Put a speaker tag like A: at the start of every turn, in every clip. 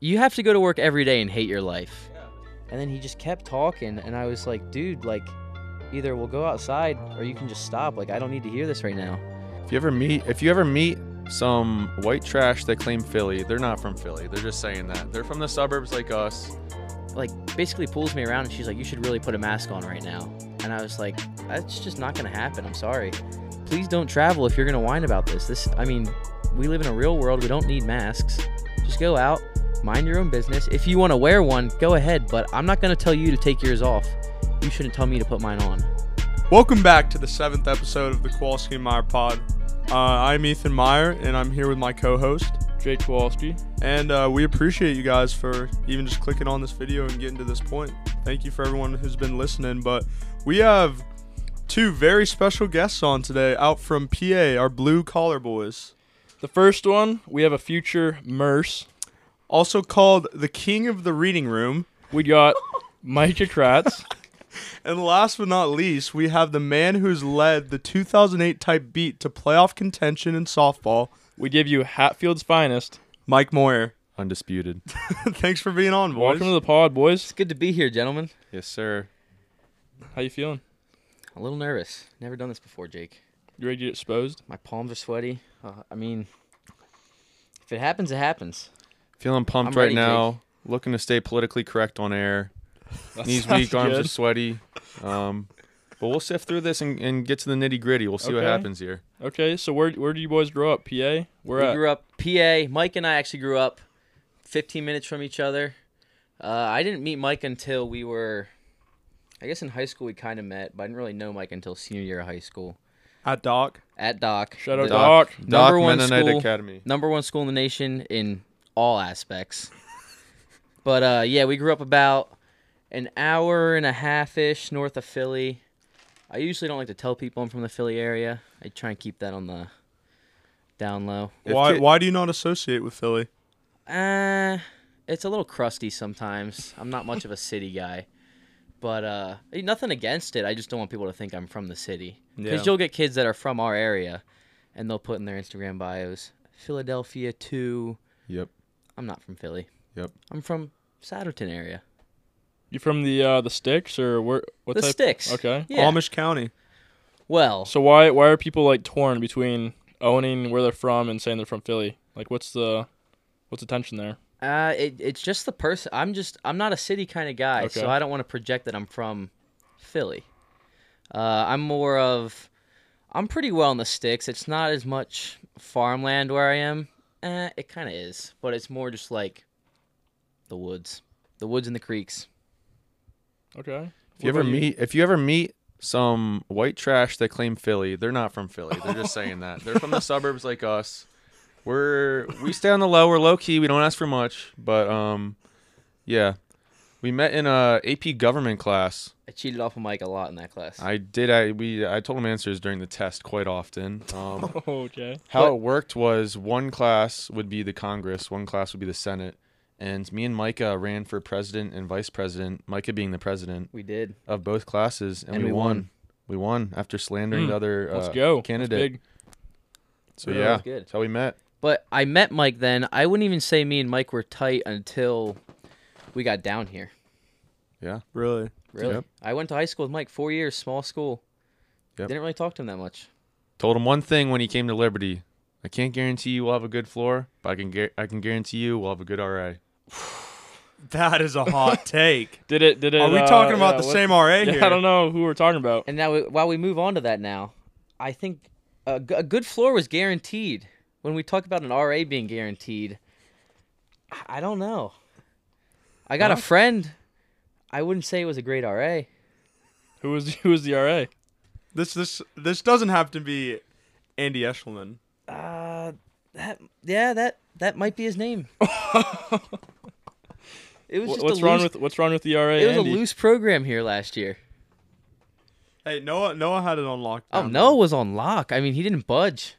A: you have to go to work every day and hate your life. And then he just kept talking, and I was like, dude, like, either we'll go outside or you can just stop. Like, I don't need to hear this right now.
B: If you ever meet, if you ever meet some white trash that claim Philly, they're not from Philly. They're just saying that they're from the suburbs like us.
A: Like, basically pulls me around, and she's like, you should really put a mask on right now. And I was like, that's just not gonna happen. I'm sorry. Please don't travel if you're gonna whine about this. This, I mean, we live in a real world. We don't need masks. Just go out, mind your own business. If you want to wear one, go ahead, but I'm not going to tell you to take yours off. You shouldn't tell me to put mine on.
C: Welcome back to the seventh episode of the Kowalski Meyer Pod. Uh, I'm Ethan Meyer, and I'm here with my co-host.
D: Jake Kowalski.
C: And uh, we appreciate you guys for even just clicking on this video and getting to this point. Thank you for everyone who's been listening. But we have two very special guests on today, out from PA, our blue collar boys,
D: The first one, we have a future Merce.
C: also called the King of the Reading Room.
D: We got Micah Kratz.
C: And last but not least, we have the man who's led the 2008 type beat to playoff contention in softball,
D: We give you Hatfield's finest.
C: Mike Moyer.
B: Undisputed.
C: Thanks for being on, boys.
D: Welcome to the pod, boys.
A: It's good to be here, gentlemen.
B: yes, sir.
D: How you feeling?
A: A little nervous. Never done this before, Jake.
D: You ready to get exposed?
A: My palms are sweaty. Uh, I mean, if it happens, it happens.
B: Feeling pumped
A: I'm
B: right
A: ready,
B: now. Looking to stay politically correct on air.
D: That
B: Knees
D: sounds
B: weak, arms are
D: good.
B: sweaty. Um, but we'll sift through this and, and get to the nitty gritty. We'll see what
D: Okay.
B: happens here.
D: Okay, so where where do you boys grow up? PA? Where
A: we
D: at?
A: grew up PA. Mike and I actually grew up 15 minutes from each other. Uh, I didn't meet Mike until we were, I guess in high school we kind of met, but I didn't really know Mike until senior year of high school
C: At Doc.
A: at Doc.
D: Shout out
A: The-
D: to Doc.
B: Doc
A: Number one
B: Mennonite
A: school.
B: Academy.
A: number one school in the nation in all aspects. but uh, yeah, we grew up about an hour and a half ish north of Philly. I usually don't like to tell people I'm from the Philly area. I try and keep that on the down low.
B: If
C: Why
B: kid-
C: why do you not associate with Philly?
A: Uh, it's a little crusty sometimes. I'm not much of a city guy. But uh, eh, nothing against it. I just don't want people to think I'm from the city. Because
C: Yeah.
A: you'll get kids that are from our area and they'll put in their Instagram bios Philadelphia to
B: Yep.
A: I'm not from Philly.
B: Yep.
A: I'm from Satterton area.
D: You from the uh, the sticks or where? What
A: the
D: type?
A: sticks.
D: Okay.
A: Yeah.
C: Amish County.
A: Well,
D: So why why are people like torn between owning where they're from and saying they're from Philly? Like what's the what's the tension there?
A: uh, it, it's just the person. I'm just I'm not a city kind of guy,
D: Okay.
A: so I don't want to project that I'm from Philly. Uh, I'm more of I'm pretty well in the sticks. It's not as much farmland where I am. Eh, it kind of is, but it's more just like the woods, the woods and the creeks.
D: Okay.
B: If you
D: What
B: ever
D: about
B: meet, if you ever meet some white trash that claim Philly, they're not from Philly. They're just saying that they're from the suburbs like us. We're we stay on the low. We're low key. We don't ask for much, but um, yeah, we met in a AP government class.
A: I cheated off of Mike a lot in that class.
B: I did. I we I told them answers during the test quite often. Um,
D: Okay.
B: how it worked was one class would be the Congress, one class would be the Senate, and me and Micah ran for president and vice president. Micah being the president
A: we did.
B: of both classes, and,
A: And
B: we,
A: we
B: won.
A: won. Hmm.
B: We won after slandering
D: Mm.
B: the other uh,
D: Let's go. That's
B: candidate.
D: big.
B: So
A: Yeah,
B: yeah,
A: that was good.
B: that's how we met.
A: But I met Mike then. I wouldn't even say me and Mike were tight until we got down here.
B: Yeah,
C: Really?
A: Really?
B: Yep.
A: I went to high school with Mike four years, small school.
B: Yep.
A: Didn't really talk to him that much.
B: told him one thing when he came to Liberty. I can't guarantee you we'll have a good floor, but I can gu- I can guarantee you we'll have a good RA.
C: That is a hot take.
D: Did it did it
C: Are we
D: uh,
C: talking about
D: yeah,
C: the
D: what-
C: same RA
D: Yeah,
C: here?
D: I don't know who we're talking about.
A: And now, we, while we move on to that now, I think a, g- a good floor was guaranteed. When we talk about an RA being guaranteed, I- I don't know. I got a friend. I wouldn't say it was a great RA.
D: Who was who was the E RA?
C: This this this doesn't have to be Andy Eshelman.
A: Uh, that yeah, that that might be his name. it was
D: Wh-
A: just
D: What's
A: a
D: wrong
A: loose,
D: with what's wrong with the RA?
A: it was
D: Andy?
A: a loose program here last year.
C: Hey, Noah Noah had it on lockdown.
A: Oh, Noah was on lock. I mean, he didn't budge.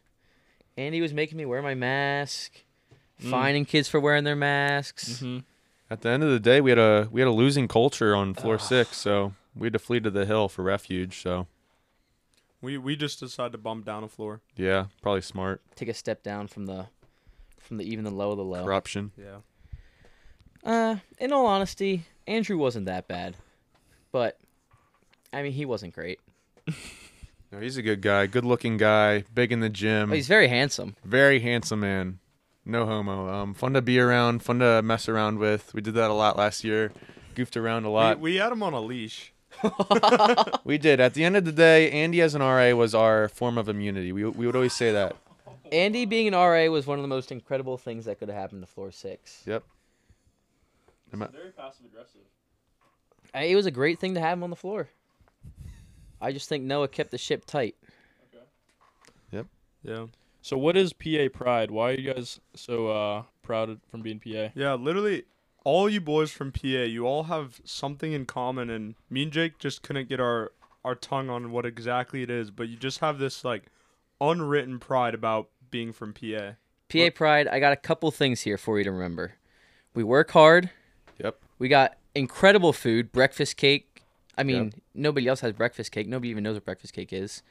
A: And he was making me wear my mask, fining kids for wearing their masks.
D: Mhm.
B: At the end of the day, we had a we had a losing culture on floor six, so we had to flee to the hill for refuge. So
C: We we just decided to bump down a floor.
B: yeah, probably smart
A: Take a step down from the, from the even the low of the low.
B: corruption.
C: Yeah.
A: Uh, in all honesty, Andrew wasn't that bad, but I mean, he wasn't great.
B: No, he's a good guy, good looking guy, big in the gym,
A: But he's very handsome.
B: very handsome man. No homo. Um, fun to be around, fun to mess around with. We did that a lot last year. Goofed around a
C: We,
B: lot.
C: we had him on a leash.
B: We did. At the end of the day, Andy as an RA was our form of immunity. We, we would always say that.
A: Andy being an RA was one of the most incredible things that could have happened to floor six.
B: Yep. Am I-
D: Very passive aggressive.
A: I- It was a great thing to have him on the floor. I just think Noah kept the ship tight.
C: Yeah.
D: So what is PA pride? Why are you guys so uh, proud from being PA?
C: Yeah, literally all you boys from PA, you all have something in common and me and Jake just couldn't get our our tongue on what exactly it is, but you just have this like unwritten pride about being from PA.
A: PA Pride, I got a couple things here for you to remember. We work hard.
B: Yep.
A: We got incredible food, breakfast cake. I mean, nobody else has breakfast cake. Nobody even knows what breakfast cake is.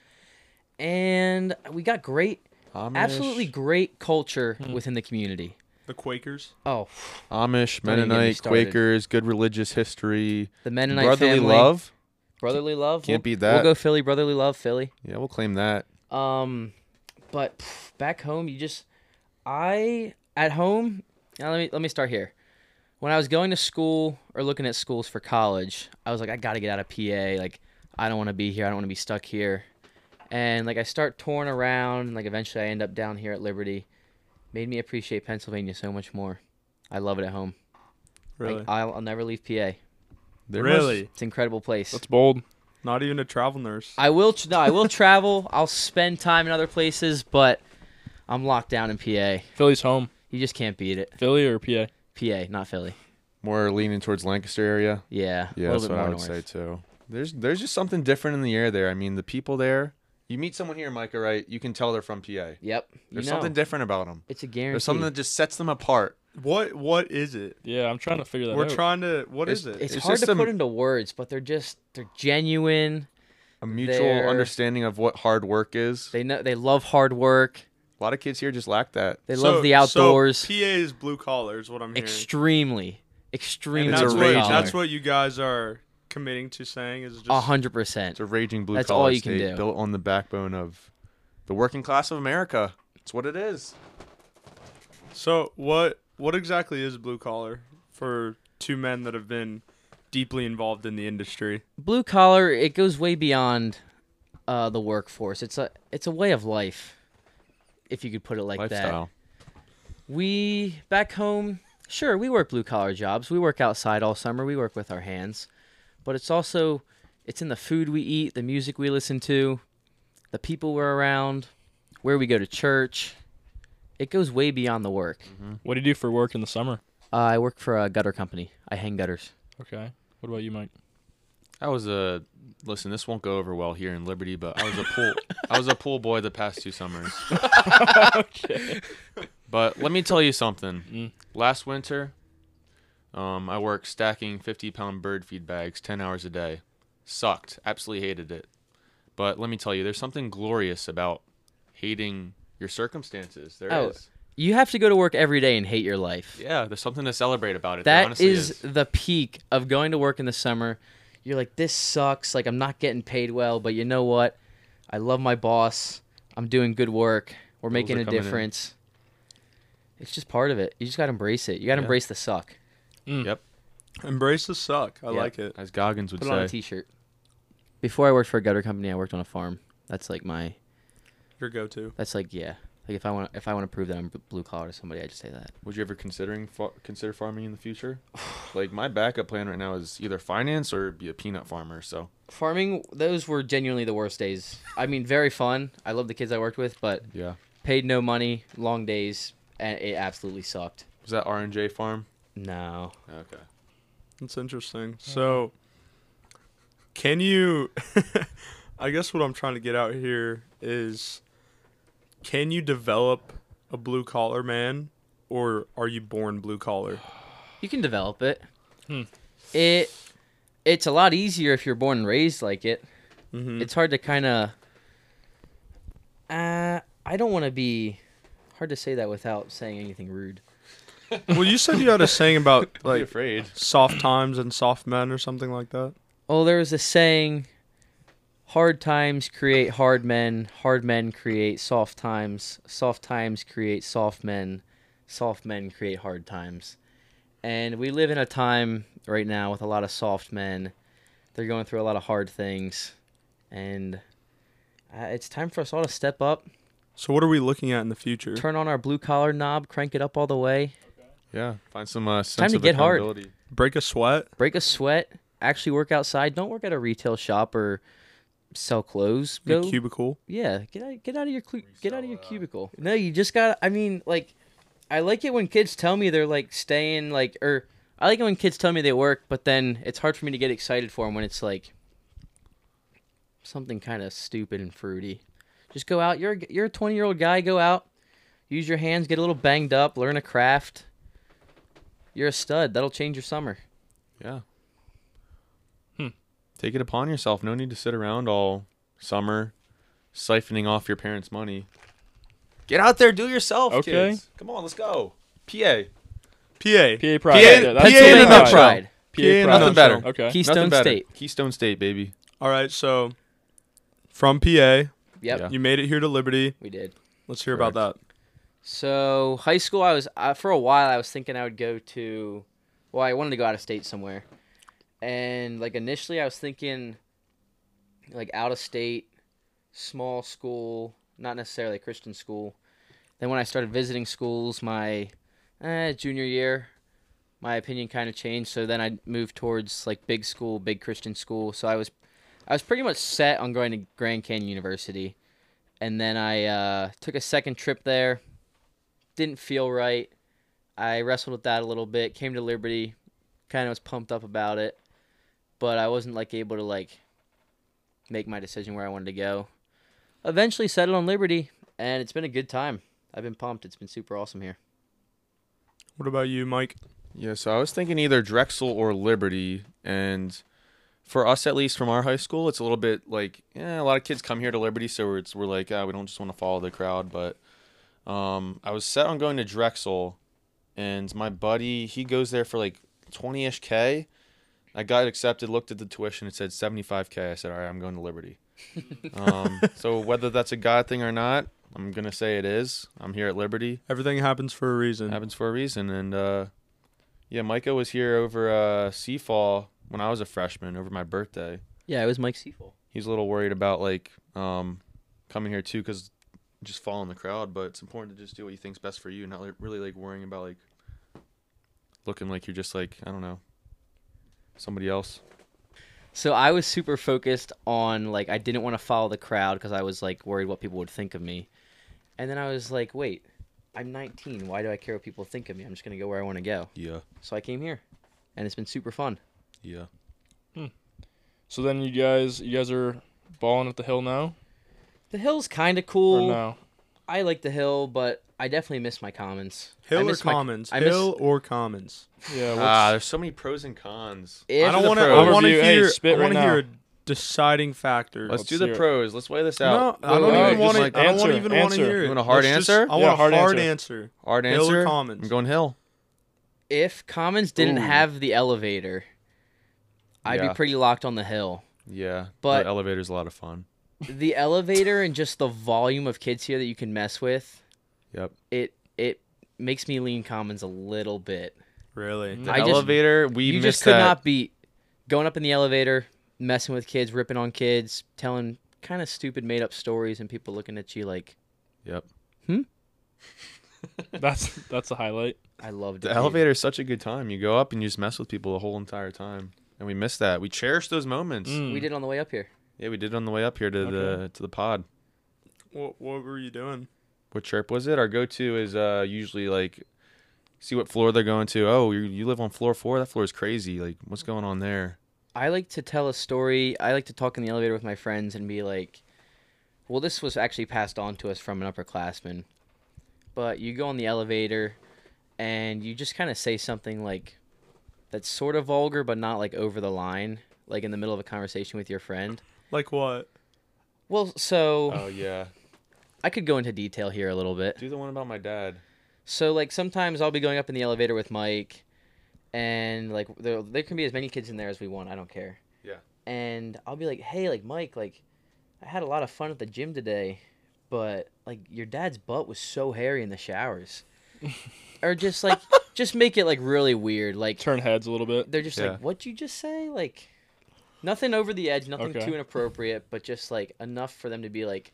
A: And we got great,
B: Amish,
A: absolutely great culture within the community.
C: The Quakers.
A: Oh,
B: Amish,
A: Don't even get me
B: Mennonite,
A: started.
B: Quakers, good religious history,
A: the Mennonite
B: brotherly
A: family.
B: love.
A: Brotherly love.
B: Can't
A: we'll,
B: beat
A: We'll
B: that.
A: go Philly. Brotherly love, Philly.
B: Yeah, we'll claim that.
A: Um, but pff, back home, you just I at home. Now let me let me start here. When I was going to school or looking at schools for college, I was like, I gotta get out of PA. Like, I don't want to be here. I don't want to be stuck here. And like, I start touring around, and like, eventually, I end up down here at Liberty. Made me appreciate Pennsylvania so much more. I love it at home. Like,
C: Really?
A: I'll, I'll never leave PA.
B: There must-
C: really?
A: It's an incredible place.
D: That's bold.
C: Not even a travel nurse.
A: I will. Tr- no, I will travel. I'll spend time in other places, but I'm locked down in PA.
D: Philly's home.
A: You just can't beat it.
D: Philly or PA?
A: PA, not Philly.
B: more leaning towards Lancaster area.
A: Yeah.
B: Yeah,
A: a
B: that's
A: little bit
B: what I
A: more
B: would
A: north.
B: say too. There's there's just something different in the air there. I mean, the people there. You meet someone here, Micah, right? You can tell they're from PA. There's
A: Yep. You know,
B: something different about them.
A: It's a guarantee.
B: There's something that just sets them apart.
C: What what is it?
D: Yeah, I'm trying to figure that
C: We're
D: out.
C: trying to What is
B: It's-
C: it?
A: it's,
B: it's
A: hard
B: just
A: to
B: a-
A: put into words, but they're just they're genuine.
B: A mutual
A: They're-
B: understanding of what hard work is.
A: They know they love hard work.
B: a lot of kids here just lack that.
A: They
C: So-
A: love the outdoors.
C: So PA is blue collar is what I'm hearing.
A: extremely, extremely.
C: and
B: it's
C: that's,
B: a
C: what,
B: rage
C: that's what you guys are committing to saying is just
A: A hundred percent.
B: It's a raging blue
A: That's
B: collar
A: all you can
B: state
A: do.
B: built on the backbone of the working class of America. It's what it is.
C: So what what exactly is blue collar for two men that have been deeply involved in the industry?
A: Blue collar. It goes way beyond uh, the workforce. It's a it's a way of life, if you could put it like that.
B: Lifestyle.
A: We back home, sure, we work blue collar jobs. We work outside all summer. We work with our hands. But it's also it's in the food we eat, the music we listen to, the people we're around, where we go to church. It goes way beyond the work.
D: What do you do for work in the summer?
A: Uh, I work for a gutter company. I hang gutters.
D: Okay. What about you, Mike?
B: I was a listen. This won't go over well here in Liberty, but I was a pool. I was a pool boy the past two summers. But let me tell you something.
D: Mm.
B: Last winter, um, I worked stacking fifty-pound bird feed bags ten hours a day. Sucked. Absolutely hated it. But let me tell you, there's something glorious about hating your circumstances. There is.
A: Oh. You have to go to work every day and hate your life.
B: Yeah, there's something to celebrate about it. There
A: That
B: honestly
A: is the peak of going to work in the summer. You're like, this sucks. Like, I'm not getting paid well, but you know what? I love my boss. I'm doing good work. We're making
B: are
A: a
B: coming in.
A: difference. It's just part of it. You just got to embrace it. You got to
B: Yeah.
A: embrace the suck.
B: Yep,
C: Embrace the suck. I
A: Yeah.
C: like it.
B: as Goggins would
A: Put it on a
B: say.
A: t shirt. Before I worked for a gutter company, I worked on a farm. That's like my,
C: Your go to.
A: that's like, yeah. Like, if I want if I want to prove that I'm blue collar to somebody, I just say that.
B: Would you ever considering fa- consider farming in the future? like my backup plan right now is either finance or be a peanut farmer. So
A: Farming, those were genuinely the worst days. I mean, very fun. I love the kids I worked with, but
B: yeah,
A: paid no money, long days, and it absolutely sucked.
B: was that R and J farm?
A: No.
B: Okay.
C: That's interesting. So can you I guess what I'm trying to get out here is can you develop a blue collar man or are you born blue collar?
A: You can develop it.
D: Hmm.
A: It it's a lot easier if you're born and raised like it.
C: Mhm.
A: It's hard to kind of uh I don't want to be hard to say that without saying anything rude.
C: Well, you said you had a saying about
B: be
C: like
B: afraid.
C: soft times and soft men or something like that.
A: Oh, there was a saying hard times create hard men, hard men create soft times, soft times create soft men, soft men create hard times. And we live in a time right now with a lot of soft men. They're going through a lot of hard things. And uh, it's time for us all to step up,
C: So what are we looking at in the future?
A: turn on our blue collar knob, crank it up all the way,
B: Yeah, find some uh, sense
A: Time to
B: of
A: get hard.
B: accountability.
C: Break a sweat?
A: break a sweat, actually work outside. Don't work at a retail shop or sell clothes.
C: in a
A: Go
C: cubicle?
A: Yeah, get out, get out of your clu- get out of your cubicle. No, you just got. I mean, like, I like it when kids tell me they're like staying like, or I like it when kids tell me they work, but then it's hard for me to get excited for them when it's like something kind of stupid and fruity. Just go out. You're a g- you're a twenty year old guy. Go out, use your hands, get a little banged up, learn a craft. You're a stud. That'll change your summer.
B: Yeah.
D: Hmm.
B: Take it upon yourself. No need to sit around all summer siphoning off your parents' money. Get out there, do yourself,
D: Okay.
B: kids. Come on, let's go. PA.
C: PA.
D: PA Pride.
B: PA
D: Oh, yeah, that's
B: PA
D: the
B: in
D: thing
B: a
A: Lake
D: about it.
B: nutshell.
A: Pride.
D: PA
C: PA in a
D: Pride.
B: Nothing better.
D: Okay.
A: Keystone
B: Nothing better.
A: State.
B: Keystone State, baby.
C: All right, so from PA,
A: Yep,
B: Yeah.
C: you made it here to Liberty.
A: we did.
C: Let's hear about
B: Correct.
C: that.
A: So high school, I was uh, for a while. I was thinking I would go to, well, I wanted to go out of state somewhere, and like initially, I was thinking, like out of state, small school, not necessarily a Christian school. Then when I started visiting schools, my eh, junior year, my opinion kind of changed. So then I moved towards like big school, big Christian school. So I was, I was pretty much set on going to Grand Canyon University, and then I uh, took a second trip there didn't feel right. I wrestled with that a little bit. Came to Liberty, kind of was pumped up about it, but I wasn't like able to like make my decision where I wanted to go. Eventually settled on Liberty, and it's been a good time. I've been pumped. It's been super awesome here.
C: What about you, Mike?
B: Yeah, so I was thinking either Drexel or Liberty, and for us at least from our high school, it's a little bit like yeah, a lot of kids come here to Liberty, so we're, it's, we're like ah, we don't just want to follow the crowd. But um, I was set on going to Drexel, and my buddy he goes there for like twenty ish k. I got accepted, looked at the tuition, it said seventy five k. I said all right, I'm going to Liberty. um, so whether that's a God thing or not, I'm gonna say it is. I'm here at Liberty
C: Everything happens for a reason.
B: happens for a reason. And uh, yeah, Micah was here over uh, Seafall when I was a freshman over my birthday.
A: Yeah, it was Mike Seafall.
B: He's a little worried about like um, coming here too because just following the crowd. But it's important to just do what you think's best for you, not like, really like worrying about like looking like you're just like I don't know somebody else.
A: So I was super focused on like I didn't want to follow the crowd because I was like worried what people would think of me, and then I was like, wait, I'm 19. Why do I care what people think of me? I'm just gonna go where I want to go.
B: Yeah,
A: So I came here, and it's been super fun.
B: yeah.
D: So then you guys, you guys are balling at the hill now,
A: The hill's kind of
D: or
A: cool.
D: no?
A: I like the hill, but I definitely miss my commons. I
C: Hill or
A: miss my-
C: Commons?
A: I miss-
C: Hill or Commons?
D: Yeah. What's,
B: Ah, there's so many pros and cons.
A: If
C: I don't
A: the
C: want to.
A: pros-
C: I want to
D: Overview, hey,
C: hear.
D: spit
C: I
D: right
C: want to hear
D: now.
C: a deciding factor.
B: Let's,
D: Let's
B: do the
D: hear it.
B: pros. Let's weigh this
C: no,
B: out.
C: I don't
D: Wait,
C: even
D: wait,
C: want to.
D: just
C: I don't want
D: answer,
C: to even want to
D: answer.
C: hear it.
B: You want a hard
C: Let's just-
B: answer?
C: I want
D: Yeah,
C: a hard,
D: hard
C: answer.
B: Hard
C: Hill or
B: answer.
C: Commons?
B: I'm going Hill.
A: if commons didn't
B: Ooh.
A: have the elevator, I'd
B: Yeah.
A: be pretty locked on the hill.
B: Yeah,
A: But-
B: the elevator's a lot of fun.
A: The elevator and just the volume of kids here that you can mess with,
B: Yep.
A: it it makes me lean commons a little bit.
C: Really?
D: Mm.
B: The
A: I just-
B: elevator, we
A: you
B: missed
A: just could
B: that.
A: not beat going up in the elevator, messing with kids, ripping on kids, telling kind of stupid made up stories, and people looking at you like,
B: Yep.
D: That's that's the highlight.
A: "I loved it."
B: The
A: dude."
B: elevator is such a good time. You go up and you just mess with people the whole entire time, and we miss that. We cherish those moments.
D: Mm.
A: We did on the way up here.
B: Yeah, we did it on the way up here to the to the pod.
C: What, what were you doing?
B: What chirp was it? Our go-to is uh, usually like, see what floor they're going to. Oh, you, you live on floor four. That floor is crazy. Like, what's going on there?
A: I like to tell a story. I like to talk in the elevator with my friends and be like, well, this was actually passed on to us from an upperclassman. But you go on the elevator and you just kind of say something like that's sort of vulgar, but not like over the line, like in the middle of a conversation with your friend.
C: Like what?
A: Well, so
B: Oh yeah,
A: I could go into detail here a little bit.
B: do the one about my dad.
A: So like sometimes I'll be going up in the elevator with Mike, and like there, there can be as many kids in there as we want. I don't care.
B: Yeah.
A: And I'll be like, hey, like Mike, like I had a lot of fun at the gym today, but like your dad's butt was so hairy in the showers, or just like just make it like really weird. Like
D: Turn heads a little bit.
A: they're just
B: Yeah.
A: like, what'd you just say? Like nothing over the edge, nothing
D: Okay.
A: too inappropriate, but just like enough for them to be like,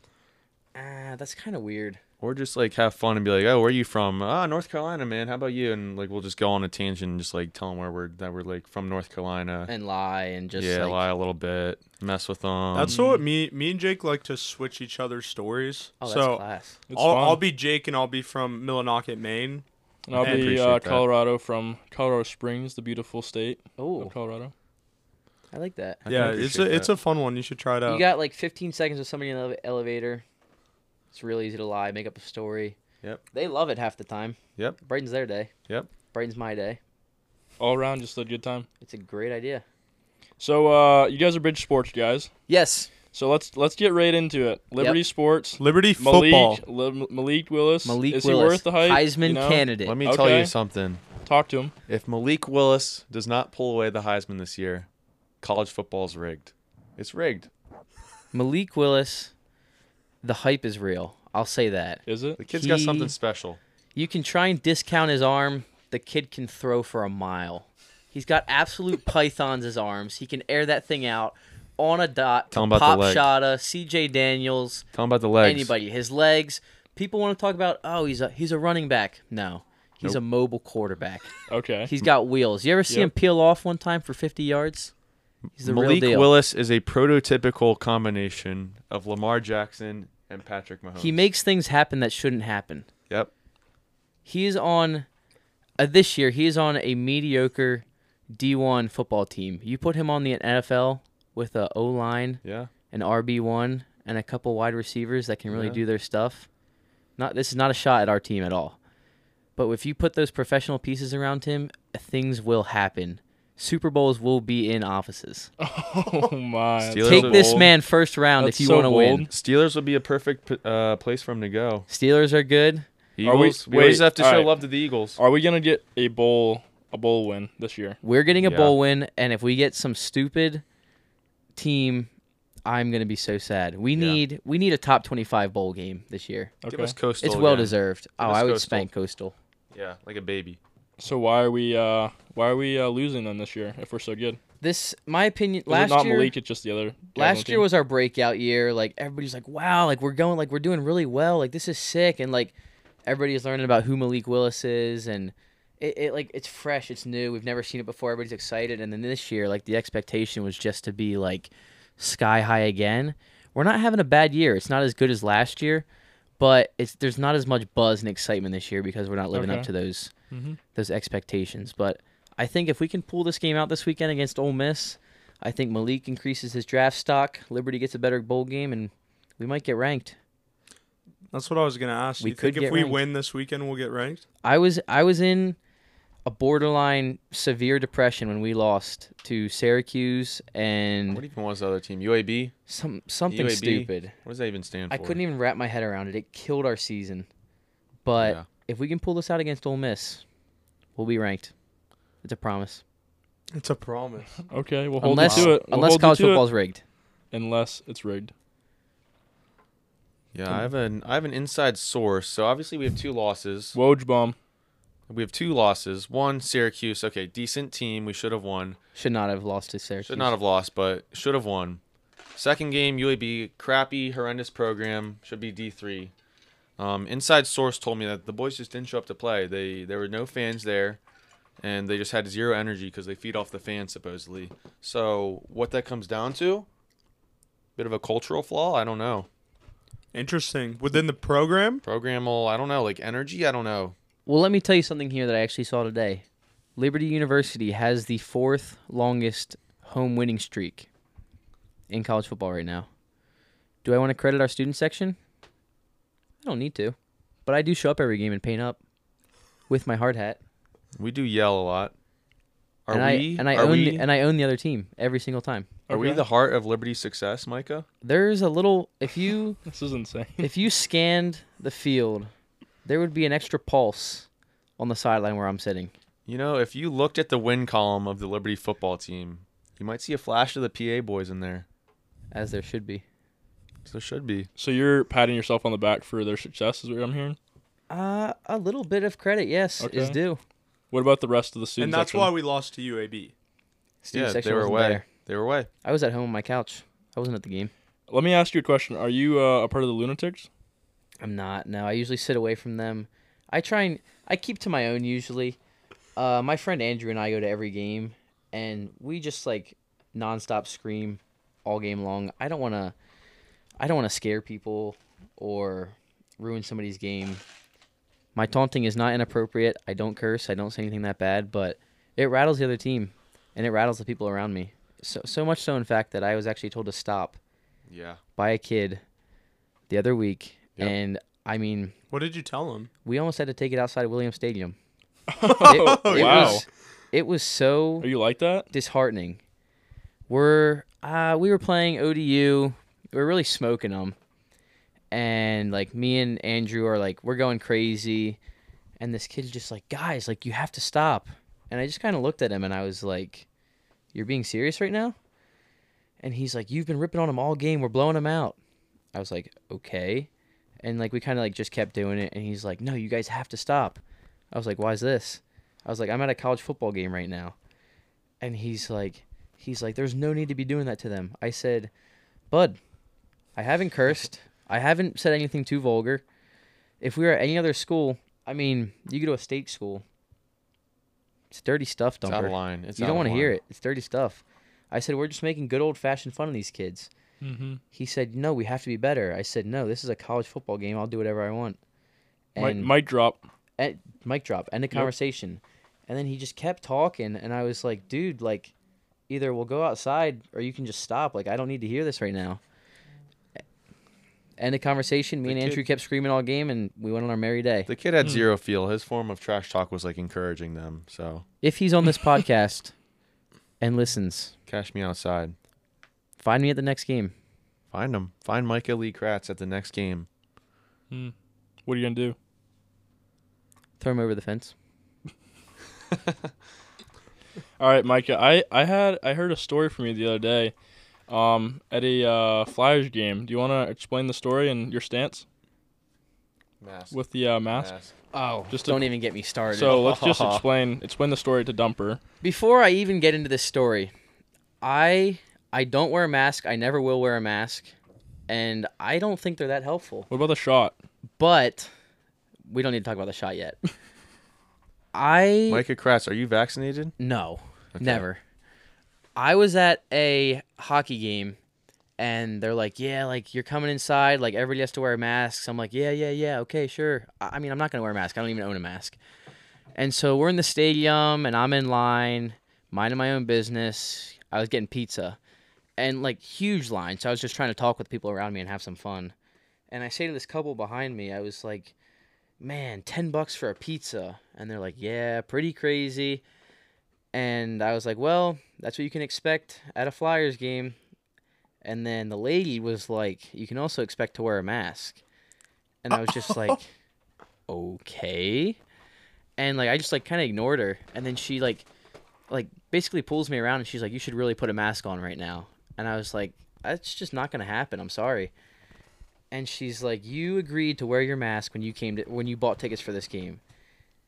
A: ah, that's kind of weird.
B: Or just like have fun and be like, oh, where are you from? Ah, North Carolina, man. How about you? And like we'll just go on a tangent and just like tell them where we're that we're like from North Carolina.
A: And lie and just
B: yeah,
A: like,
B: lie a little bit, mess with them.
C: That's what me me and Jake like to switch each other's stories.
A: oh, that's
C: so
A: class.
D: It's
C: I'll,
D: fun.
C: I'll be Jake and I'll be from Millinocket, Maine.
D: and I'll
C: I
D: be
B: appreciate
D: uh,
B: that.
D: Colorado from Colorado Springs, the beautiful state
A: Oh,
D: of Colorado.
A: I like that.
B: I can
C: yeah, it's a
B: appreciate
C: it's
B: that.
C: a fun one. You should try it out.
A: You got like 15 seconds with somebody in the ele- elevator. It's real easy to lie, make up a story.
B: Yep.
A: They love it half the time.
B: Yep.
A: Brighton's their day.
B: Yep.
A: Brighton's my day.
D: All around, just a good time.
A: It's a great idea.
D: So uh, you guys are big sports guys.
A: Yes.
D: So let's let's get right into it. Liberty Sports.
C: Liberty football.
D: Malik, Li- Malik Willis.
A: Malik
D: is
A: Willis,
D: he worth the hype?
A: Heisman
D: You know?
A: candidate.
B: Let me tell
D: Okay.
B: you something.
D: Talk to him.
B: If Malik Willis does not pull away the Heisman this year, college football's rigged. It's rigged.
A: Malik Willis, the hype is real. I'll say that.
D: Is it?
B: The kid's got
A: He-
B: something special.
A: You can try and discount his arm. The kid can throw for a mile. He's got absolute pythons his arms. He can air that thing out on a dot.
B: Tell him about the
A: pop
B: leg.
A: Shada, C.J. Daniels,
B: Tell him about the legs.
A: anybody. His legs. People want to talk about. Oh, he's a he's a running back. No, he's a mobile quarterback.
D: Okay.
A: He's got wheels. You ever see
D: Yep.
A: him peel off one time for 50 yards? He's the real
B: Malik
A: deal.
B: Willis is a prototypical combination of Lamar Jackson and Patrick Mahomes.
A: He makes things happen that shouldn't happen.
B: yep.
A: he is on uh, this year he is on a mediocre d1 football team you put him on the nfl with a o-line
B: Yeah.
A: an rb1 and a couple wide receivers that can really
B: Yeah.
A: do their stuff not this is not a shot at our team at all but if you put those professional pieces around him things will happen super bowls will be in offices
D: oh my. that's
B: Steelers
D: so
A: take this
D: bold.
A: man first round
D: That's
A: if you
D: so
A: want to win
D: bold.
B: Steelers would be a perfect p- uh, place for him to go.
A: steelers are good
D: Are we-
B: Eagles, we, always
D: wait,
B: have to show
D: all right.
B: love to the Eagles.
D: Are we gonna get a bowl a bowl win this year?
A: We're getting a
B: Yeah.
A: bowl win, and if we get some stupid team, I'm gonna be so sad. We need we need a top 25 bowl game this year.
D: Okay.
B: Give us Coastal.
A: it's well
B: again.
A: deserved. Oh,
B: us
A: I would
B: Coastal.
A: spank Coastal.
B: Yeah, like a baby.
D: So why are we uh why are we uh, losing them this year if we're so good?
A: This, my opinion,
D: Is it
A: last
D: not
A: year
D: Malik, it's just the other. guys on the
A: last year
D: team?
A: was our breakout year. Like everybody's like, wow, like we're going, like we're doing really well. Like this is sick, and like everybody's learning about who Malik Willis is, and it, it like it's fresh, it's new. We've never seen it before. Everybody's excited, and then this year, like the expectation was just to be like sky high again. We're not having a bad year. It's not as good as last year, but it's there's not as much buzz and excitement this year because we're not living
D: Okay.
A: up to those those expectations. But I think if we can pull this game out this weekend against Ole Miss, I think Malik increases his draft stock. Liberty gets a better bowl game, and we might get ranked.
C: That's what I was gonna ask.
A: We
C: you think
A: could
C: if
A: get
C: we
A: ranked.
C: win this weekend, we'll get ranked?
A: I was I was in a borderline severe depression when we lost to Syracuse
B: What
A: and
B: even was the other team? UAB?
A: some something
B: UAB?
A: stupid.
B: What does that even stand for?
A: I couldn't even wrap my head around it. It killed our season. But
B: Yeah.
A: if we can pull this out against Ole Miss, we'll be ranked. It's a promise.
C: It's a promise.
D: okay. We'll hold
A: unless
D: you to it. We'll
A: unless
D: hold you
A: college
D: to it.
A: football's rigged.
D: unless it's rigged.
B: Yeah, I have an I have an inside source. So obviously we have two losses.
D: Woj bomb.
B: We have two losses. One Syracuse. Okay, decent team. We should have won.
A: Should not have lost to Syracuse.
B: Should not have lost, but should have won. Second game, UAB, crappy, horrendous program. Should be D three. Um, inside source told me that the boys just didn't show up to play. They there were no fans there, and they just had zero energy because they feed off the fans supposedly. So what that comes down to, bit of a cultural flaw. I don't know.
C: Interesting. Within the program,
B: Programmal. I don't know. Like energy. I don't know.
A: Well, let me tell you something here that I actually saw today. Liberty University has the fourth longest home winning streak in college football right now. Do I want to credit our student section? I don't need to, but I do show up every game and paint up with my hard hat.
B: We do yell a lot. Are
A: and
B: we?
A: I and I
B: are
A: own
B: we,
A: the, and I own the other team every single time.
B: are we
D: Okay.
B: the heart of Liberty's success, Micah?
A: There's a little if you
D: This is insane.
A: if you scanned the field, there would be an extra pulse on the sideline where I'm sitting.
B: You know, if you looked at the win column of the Liberty football team, you might see a flash of the PA boys in there.
A: As there should be.
B: So there should be.
D: So you're patting yourself on the back for their success, is what I'm hearing.
A: Uh, a little bit of credit, yes, is
D: Okay.
A: due.
D: What about the rest of the
C: and
D: students?
C: that's why we lost to UAB.
A: Student
B: yeah,
A: section
B: they were
A: wasn't
B: away.
A: there.
B: They were away.
A: I was at home on my couch. I wasn't at the game.
D: Let me ask you a question. Are you uh, a part of the Lunatics?
A: I'm not. No, I usually sit away from them. I try and I keep to my own usually. Uh, my friend Andrew and I go to every game, and we just like nonstop scream all game long. I don't want to. I don't want to scare people or ruin somebody's game. My taunting is not inappropriate. I don't curse. I don't say anything that bad, but it rattles the other team, and it rattles the people around me. So so much so, in fact, that I was actually told to stop
B: Yeah.
A: by a kid the other week,
B: Yep.
A: and I mean,
C: What did you tell him?
A: we almost had to take it outside Williams Stadium.
D: Oh, wow.
A: was, it was so
D: Are you like that?
A: disheartening. We're uh, we were playing ODU. We were really smoking them, and like me and Andrew are like we're going crazy, and this kid's just like guys, like you have to stop. And I just kind of looked at him and I was like, "You're being serious right now?" And he's like, "You've been ripping on him all game. We're blowing him out." I was like, "Okay," and like we kind of like just kept doing it. And he's like, "No, you guys have to stop." I was like, "Why is this?" I was like, "I'm at a college football game right now." and he's like he's like there's no need to be doing that to them i said bud i haven't cursed i haven't said anything too vulgar if we were at any other school i mean you go to a state school it's dirty stuff
B: It's out
A: dumper
B: of line. It's
A: you
B: out
A: don't
B: of
A: want to
B: line.
A: hear it it's dirty stuff i said we're just making good old fashioned fun of these kids
D: Mm-hmm.
A: he said no we have to be better i said no this is a college football game i'll do whatever i want
D: Mic, mic drop.
A: at mic drop, end of
D: Yep.
A: conversation. And then he just kept talking, and I was like, dude, like, either we'll go outside or you can just stop. Like, I don't need to hear this right now. Eh, End of conversation. Me
B: The
A: and
B: kid-
A: Andrew kept screaming all game, and we went on our merry day.
B: The kid had zero feel. His form of trash talk was like encouraging them. So
A: If he's on this podcast and listens,
B: cash me outside.
A: find me at the next game.
B: Find him. Find Micah Lee Kratz at the next game.
D: What are you gonna do?
A: Throw him over the fence.
D: All right, Micah. I, I had I heard a story from you the other day, um, at a uh, Flyers game. Do you want to explain the story and your stance
B: Mask.
D: with the uh, mask?
A: Oh,
D: Just
A: just
D: to-
A: don't even get me started.
D: So let's just explain explain the story to Dumper.
A: Before I even get into this story, I I don't wear a mask. I never will wear a mask, and I don't think they're that helpful.
D: What about the shot?
A: But we don't need to talk about the shot yet. I
B: Micah Kratz, are you vaccinated?
A: no, never. I was at a hockey game and they're like, "Yeah, like you're coming inside, like everybody has to wear masks." I'm like, "Yeah, yeah, yeah, okay, sure." I, I mean, I'm not going to wear a mask. I don't even own a mask. And so we're in the stadium and I'm in line, minding my own business. I was getting pizza and like huge line. So I was just trying to talk with people around me and have some fun. And I say to this couple behind me, I was like, man, 10 bucks for a pizza. And they're like, yeah, pretty crazy. And I was like, well, that's what you can expect at a Flyers game. And then the lady was like, you can also expect to wear a mask. And I was just like, okay. And like, I just like kind of ignored her. And then she like, like basically pulls me around and she's like, you should really put a mask on right now. And I was like, that's just not going to happen. I'm sorry and she's like, "You agreed to wear your mask when you came to when you bought tickets for this game."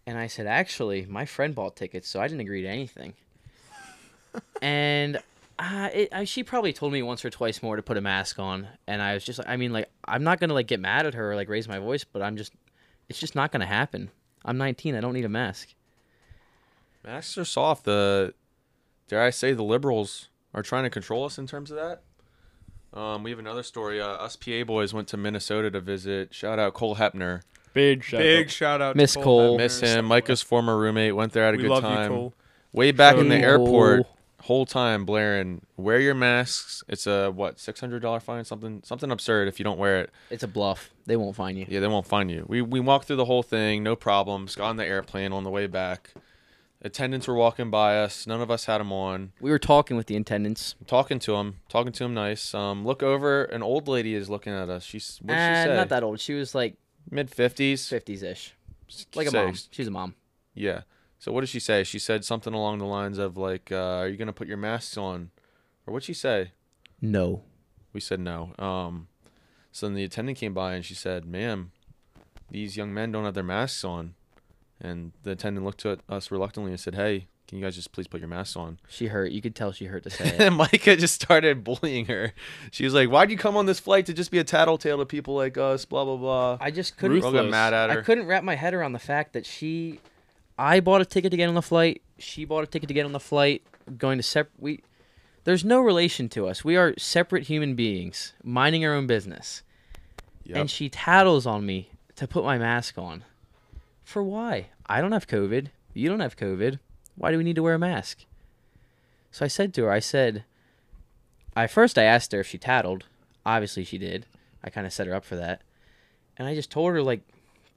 A: And I said, "Actually, my friend bought tickets, so I didn't agree to anything." and uh, it, I, she probably told me once or twice more to put a mask on, and I was just like, I mean, like I'm not gonna like get mad at her or like raise my voice, but I'm just, it's just not gonna happen. I'm 19. I don't need a mask.
B: Masks are soft. The dare I say the liberals are trying to control us in terms of that. Um, we have another story. Uh, us PA boys went to Minnesota to visit. Shout out Cole Hepner.
D: Big shot.
C: Big shout out
A: Miss
C: to
A: Cole.
C: Hepner.
B: Miss him. Micah's former roommate went there. Had a
C: We
B: good
C: love
B: time.
C: you, Cole.
B: Way back in the
A: Hey,
B: airport,
A: Cole.
B: whole time blaring, wear your masks. It's a what six hundred dollar fine, something something absurd if you don't wear it.
A: It's a bluff. They won't find you.
B: Yeah, they won't find you. We we walked through the whole thing, no problems. Got on the airplane on the way back. Attendants were walking by us. None of us had them on.
A: We were talking with the attendants.
B: talking to him, talking to him nice. Um, look over, an old lady is looking at us. She's what
A: Uh,
B: she say?
A: not that old. She was like
B: Mid fifties,
A: 50s ish, like a mom. She's a mom.
B: Yeah. So what did she say? She said something along the lines of like, uh, "Are you gonna put your masks on?" Or what'd she say?
A: No.
B: We said no. Um, so then the attendant came by and she said, "Ma'am, these young men don't have their masks on." And the attendant looked at us reluctantly and said, "Hey, can you guys just please put your masks on?"
A: She hurt. You could tell she hurt to say it.
B: And Micah just started bullying her. She was like, "Why'd you come on this flight to just be a tattletale to people like us?" Blah blah blah.
A: I just couldn't.
B: We're all got
D: Ruthless.
B: mad at her.
A: I couldn't wrap my head around the fact that she, I bought a ticket to get on the flight. She bought a ticket to get on the flight. Going to separate. We, there's no relation to us. We are separate human beings, minding our own business.
B: Yep.
A: And she tattles on me to put my mask on. For why? I don't have COVID. You don't have COVID. Why do we need to wear a mask? So I said to her, I said, I first I asked her if she tattled. Obviously she did. I kind of set her up for that. And I just told her like,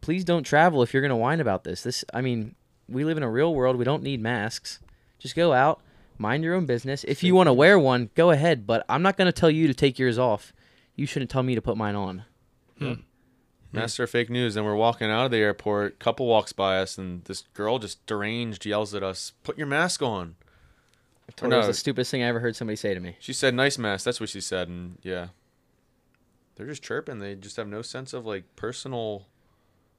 A: please don't travel if you're going to whine about this. This I mean, we live in a real world. We don't need masks. Just go out, mind your own business. If you want to wear one, go ahead, but I'm not going to tell you to take yours off. You shouldn't tell me to put mine on.
B: Master of fake news. And we're walking out of the airport. Couple walks by us, and this girl just deranged yells at us, "Put your mask on."
A: I told her it was
B: No.
A: the stupidest thing I ever heard somebody say to me.
B: She said, "Nice mask." That's what she said, and yeah, they're just chirping. They just have no sense of like personal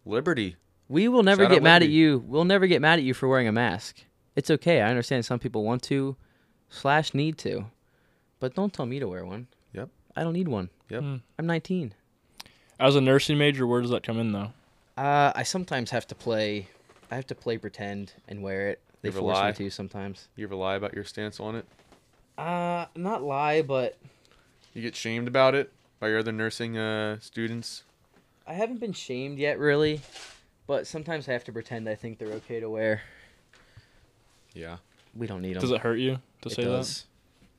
B: liberty.
A: We will never
B: Shout out
A: get mad at
B: Liberty.
A: you. We'll never get mad at you for wearing a mask. It's okay. I understand some people want to, slash need to, but don't tell me to wear one.
B: Yep.
A: I don't need one.
B: Yep.
D: Hmm.
A: I'm 19.
D: As a nursing major, where does that come in though?
A: Uh, I sometimes have to play. I have to play pretend and wear it. They
B: Give a
A: force
B: lie.
A: me to sometimes.
B: You ever lie about your stance on it?
A: Uh, not lie, but
B: You get shamed about it by your other nursing uh, students.
A: I haven't been shamed yet, really. But sometimes I have to pretend I think they're okay to wear.
B: Yeah.
A: We don't need them.
D: Does it hurt you to say that?
A: does.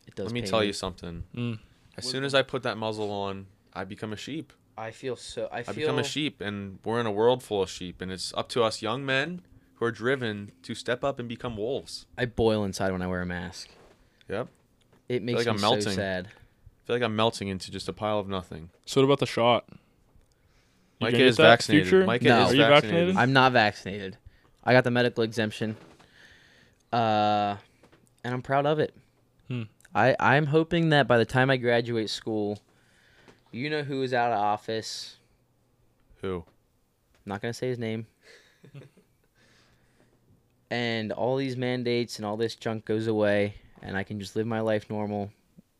A: It does.
B: Let me
A: pain
B: tell you something.
D: Mm.
B: As
A: What
B: soon
A: the-
B: as I put that muzzle on, I become a sheep.
A: I feel so. I
B: I
A: feel.
B: become a sheep, and we're in a world full of sheep, and it's up to us young men who are driven to step up and become wolves.
A: I boil inside when I wear a mask.
B: Yep.
A: It makes
B: like I'm
A: me so
B: melting.
A: sad.
B: I feel like I'm melting into just a pile of nothing.
D: So what about the shot? You
B: Micah
D: gonna get
B: is
D: that in the
B: vaccinated.
D: future?
B: Micah
A: No.
B: is
A: Are
D: you
B: vaccinated.
D: vaccinated?
A: I'm not vaccinated. I got the medical exemption. Uh, and I'm proud of it.
D: Hmm.
A: I I'm hoping that by the time I graduate school, you know who is out of office.
B: Who?
A: not gonna say his name. and all these mandates and all this junk goes away, and I can just live my life normal,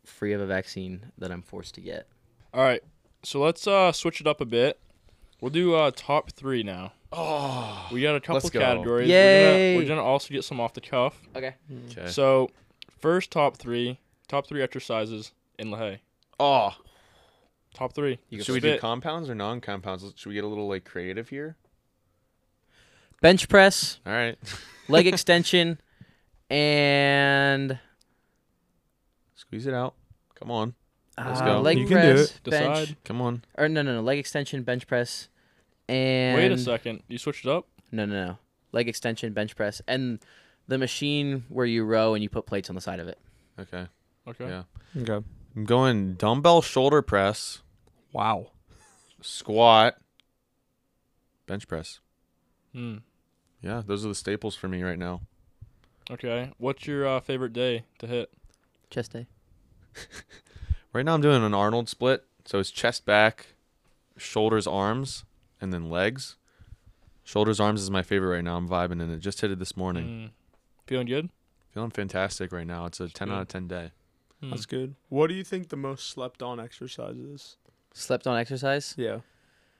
A: free of a vaccine that I'm forced to get.
D: All right. So let's uh switch it up a bit. We'll do uh top three now.
B: Oh.
D: We got a couple
B: Let's go.
D: categories. We're gonna-
A: Yay.
D: We're gonna, also get some off the cuff.
A: Okay.
B: Okay.
D: So first top three, top three exercises in Lahaye.
B: oh.
D: Top three.
A: You
B: Should we do
D: Spit.
B: compounds or non-compounds? Should we get a little like creative here?
A: Bench press,
B: All right.
A: leg extension, and
B: Squeeze it out. Come on. Let's
A: uh,
B: go.
A: leg
C: You can do
A: press, bench,
D: Decide.
B: Come on.
A: or no, no, no, leg extension, bench press, and
D: Wait a second. You switched it up.
A: no, no, no, leg extension, bench press, and the machine where you row and you put plates on the side of it.
B: Okay.
D: Okay.
B: Yeah.
C: Okay.
B: I'm going dumbbell shoulder press,
C: Wow.
B: squat, bench press.
D: Hmm.
B: Yeah, those are the staples for me right now.
D: Okay. What's your uh, favorite day to hit?
A: Chest day.
B: Right now I'm doing an Arnold split, so it's chest back, shoulders, arms, and then legs. Shoulders, arms is my favorite right now. I'm vibing in it. Just hit it this morning.
D: Hmm. Feeling good?
B: Feeling fantastic right now. It's a 10
D: good.
B: out of 10 day.
D: Hmm.
C: That's good. What do you think the most slept on exercise is?
A: Slept on exercise.
C: Yeah.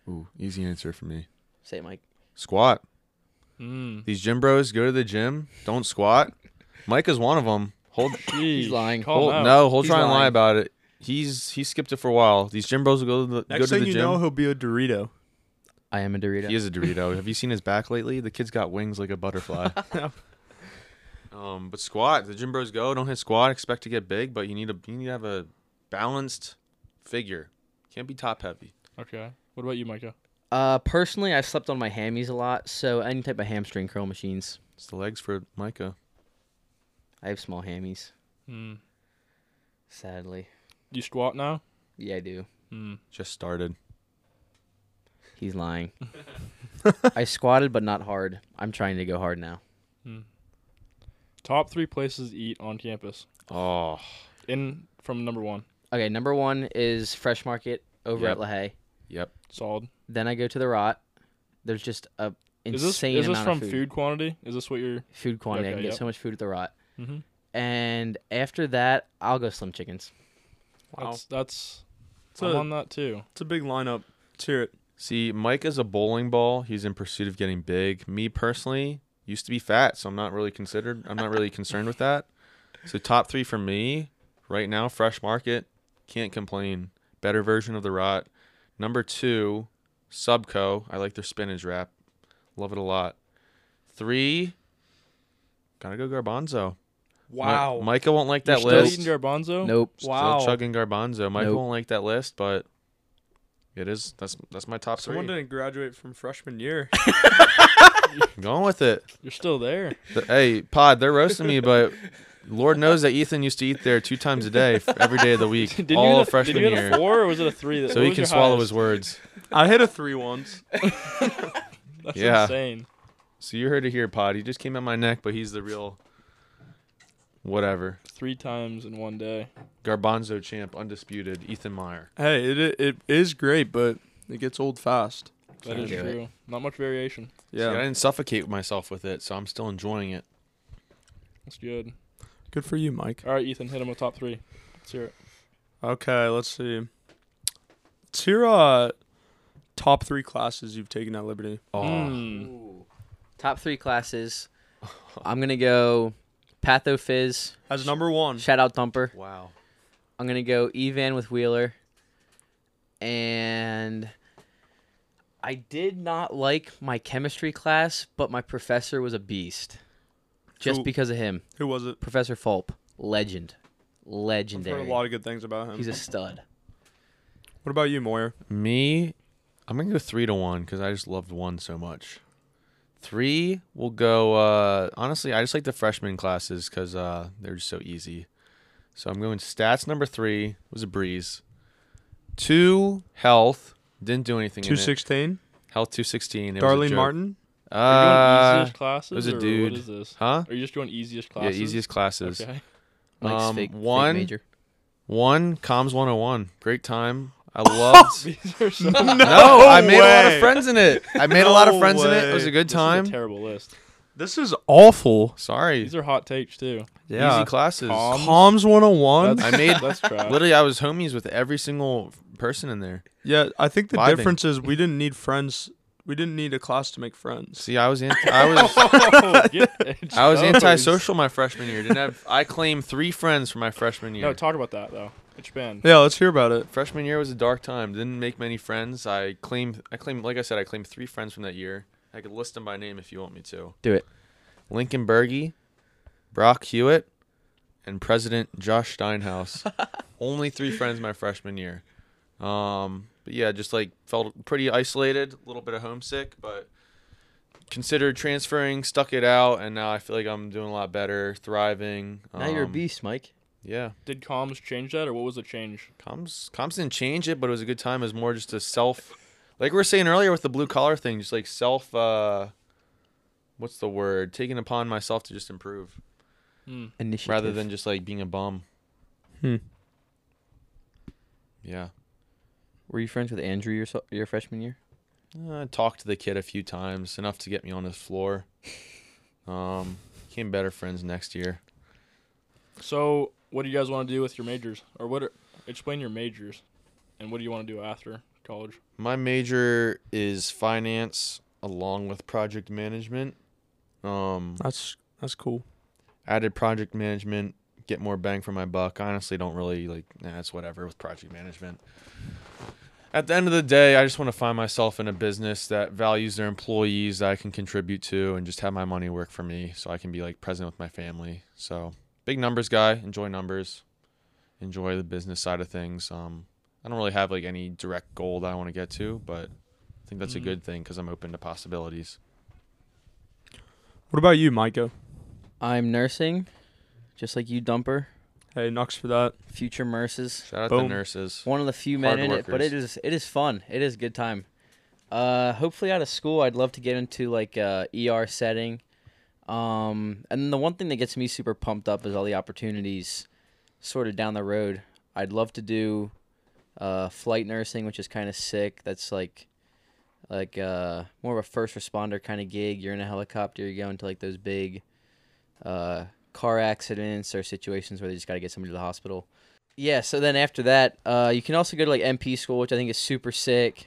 B: Ooh, easy answer for me.
A: Say it, Mike.
B: Squat.
D: Hmm.
B: These gym bros go to the gym, don't squat. Mike is one of them. Hold
D: Jeez,
A: lying.
D: call
B: Holt-
D: him out.
B: Oh, no, he'll
A: He's
B: try and lie
A: lying.
B: about it. He's he skipped it for a while. These gym bros will go to the go
C: Next
B: to
C: thing
B: the
C: you
B: gym.
C: know, he'll be a Dorito.
A: I am a Dorito.
B: he is a Dorito. Have you seen his back lately? The kid's got wings like a butterfly.
C: No.
B: um, but squat. The gym bros go. Don't hit squat. Expect to get big, but you need a you need to have a balanced figure. Can't be top heavy.
D: Okay. What about you, Micah?
A: Uh, personally, I've slept on my hammies a lot, so any type of hamstring curl machines.
B: It's the legs for Micah.
A: I have small hammies,
D: Hmm.
A: sadly.
D: You squat now?
A: Yeah, I do.
D: Hmm.
B: Just started.
A: He's lying. I squatted, but not hard. I'm trying to go hard now.
D: Top three places to eat on campus.
B: Oh,
D: In from number one.
A: Okay, number one is Fresh Market over
B: Yep.
A: at La Haye.
B: yep.
D: Solid.
A: Then I go to the Rot. There's just a
D: Is this
A: insane
D: is this
A: amount
D: from
A: of
D: food.
A: food.
D: quantity? Is this what you're?
A: Food quantity. I
D: Okay,
A: can get
D: yep.
A: so much food at the Rot.
D: Mm-hmm.
A: And after that, I'll go Slim Chickens.
B: Wow.
D: That's that's.
C: It's
D: I'm
C: a-
D: on that too.
C: It's a big lineup. Let's hear it.
B: See, Mike is a bowling ball. He's in pursuit of getting big. Me personally used to be fat, so I'm not really considered. I'm not really concerned with that. So top three for me right now: Fresh Market, can't complain. Better version of the rot. Number two, Subco. I like their spinach wrap. Love it a lot. Three, gotta go garbanzo. Mi- Micah won't like that
D: You're
B: list.
D: Still eating garbanzo.
A: Nope.
C: Wow.
B: Still chugging garbanzo. Michael
A: Nope.
B: won't like that list, but it is that's that's my top
C: Someone
B: three.
C: didn't graduate from freshman year.
B: I'm going with it.
D: You're still there.
B: The- hey, Pod, they're roasting me, but Lord knows that Ethan used to eat there two times a day, f- every day of the week,
D: Did you
B: all
D: get a,
B: freshman
D: did you get
B: year.
D: a four or was it a three? That,
B: so
D: what
B: he
D: was
B: can
D: your
B: swallow
D: highest?
B: his words.
C: I hit a three once.
D: That's
B: Yeah.
D: insane.
B: So you heard it here, Pod. He just came at my neck, but he's the real whatever
D: Three times in one day.
B: garbanzo champ, undisputed Ethan Meyer.
C: Hey, it, it it is great, but it gets old fast.
D: That
A: Can't
D: is
A: do it.
D: true. Not much variation.
B: Yeah, I
C: Yeah.
B: didn't suffocate myself with it, so I'm still enjoying it.
D: That's good.
C: Good for you, Mike.
D: All right, Ethan, hit him with top three. Let's hear it.
C: Okay, let's see. Let's hear uh, top three classes you've taken at Liberty.
B: Oh,
D: Mm.
A: Top three classes. I'm gonna go Pathophys.
C: As number one.
A: Shout out Thumper.
B: wow.
A: I'm gonna go Evan with Wheeler. And I did not like my chemistry class, but my professor was a beast. Just
C: Who-
A: because of him.
C: Who was it?
A: Professor Fulp. Legend.
C: I've heard a
A: Legendary.
C: lot of good things about him.
A: He's a stud.
C: what about you, Moyer?
B: Me, I'm gonna go three to one because I just loved one so much. Three will go. Uh, honestly, I just like the freshman classes because uh, they're just so easy. So I'm going stats number three was a breeze. Two health didn't do anything. in
C: Two
B: it.
C: sixteen.
B: health two sixteen. It was a
C: Darlene
B: joke.
C: Martin.
D: Are you doing
B: Uh,
D: easiest classes?
B: was a
D: or
B: dude.
D: What is this?
B: huh?
D: Are you just doing easiest classes?
B: Yeah, easiest classes.
D: Okay.
A: Mike's
B: Um,
A: fake, fake
B: one-
A: major.
B: One comms 101. Great time. I
D: Oh,
B: loved.
D: These are so.
B: no, I made a lot of
C: way.
B: friends in it. I made a lot of
C: No
B: friends in it. It was a
C: way.
B: good
D: This is
B: time.
D: a terrible list.
C: This is awful.
B: Sorry.
D: These are hot takes too.
B: Easy classes.
D: Calm.
C: Comms 101.
D: That's,
B: I made-
D: that's trash.
B: Literally, I was homies with every single person in there.
C: Yeah, I think the
B: Vibing.
C: difference is we didn't need friends. We didn't need a class to make friends.
B: See, I was anti- I was
D: Oh, get
B: I was
D: exposed.
B: antisocial my freshman year. Didn't have I claimed three friends for my freshman year.
D: No, talk about that though. Which band?
C: Yeah, let's hear about it.
B: freshman year was a dark time. Didn't make many friends. I claimed I claimed like I said I claimed three friends from that year. I could list them by name if you want me to.
A: Do it.
B: Lincoln Berge, Brock Hewitt, and President Josh Steinhaus. Only three friends my freshman year. Um, but yeah, just like felt pretty isolated, a little bit of homesick, but considered transferring, stuck it out, and now I feel like I'm doing a lot better, thriving.
A: Now you're a
B: Um,
A: beast, Mike.
B: Yeah,
D: Did comms change that, or what was the change?
B: comms comms didn't change it, but it was a good time. It was more just a self, like we were saying earlier with the blue collar thing, just like self. uh What's the word? Taking upon myself to just improve
D: Hmm.
A: Initiative.
B: rather than just like being a bum.
C: Hmm.
B: Yeah,
A: Were you friends with Andrew your so- your freshman year?
B: Uh, I talked to the kid a few times, enough to get me on his floor. Um, became better friends next year.
D: So, what do you guys want to do with your majors, or what? Are, explain your majors, and what do you want to do after college?
B: My major is finance, along with project management. Um,
C: That's that's cool.
B: added project management, get more bang for my buck. I honestly don't really like. Nah, it's whatever with project management. At the end of the day, I just want to find myself in a business that values their employees that I can contribute to, and just have my money work for me, so I can be like present with my family. So big numbers guy, enjoy numbers, enjoy the business side of things. Um, I don't really have like any direct goal that I want to get to, but I think that's a
D: Mhm.
B: good thing because I'm open to possibilities.
C: What about you, Micah?
A: I'm nursing, just like you, Dumper.
C: Hey, Knox for that.
A: Future nurses.
B: Shout out
C: Boom.
B: the nurses.
A: One of the few
B: Hard
A: men in it, but
B: workers.
A: it is it is fun. It is a good time. Uh, hopefully out of school, I'd love to get into like a ER setting. Um, and the one thing that gets me super pumped up is all the opportunities, sort of down the road. I'd love to do, uh, flight nursing, which is kind of sick. That's like, like uh, more of a first responder kind of gig. You're in a helicopter. You're going to like those big, uh, car accidents or situations where they just got to get somebody to the hospital. Yeah. So then after that, uh, you can also go to like MP school, which I think is super sick.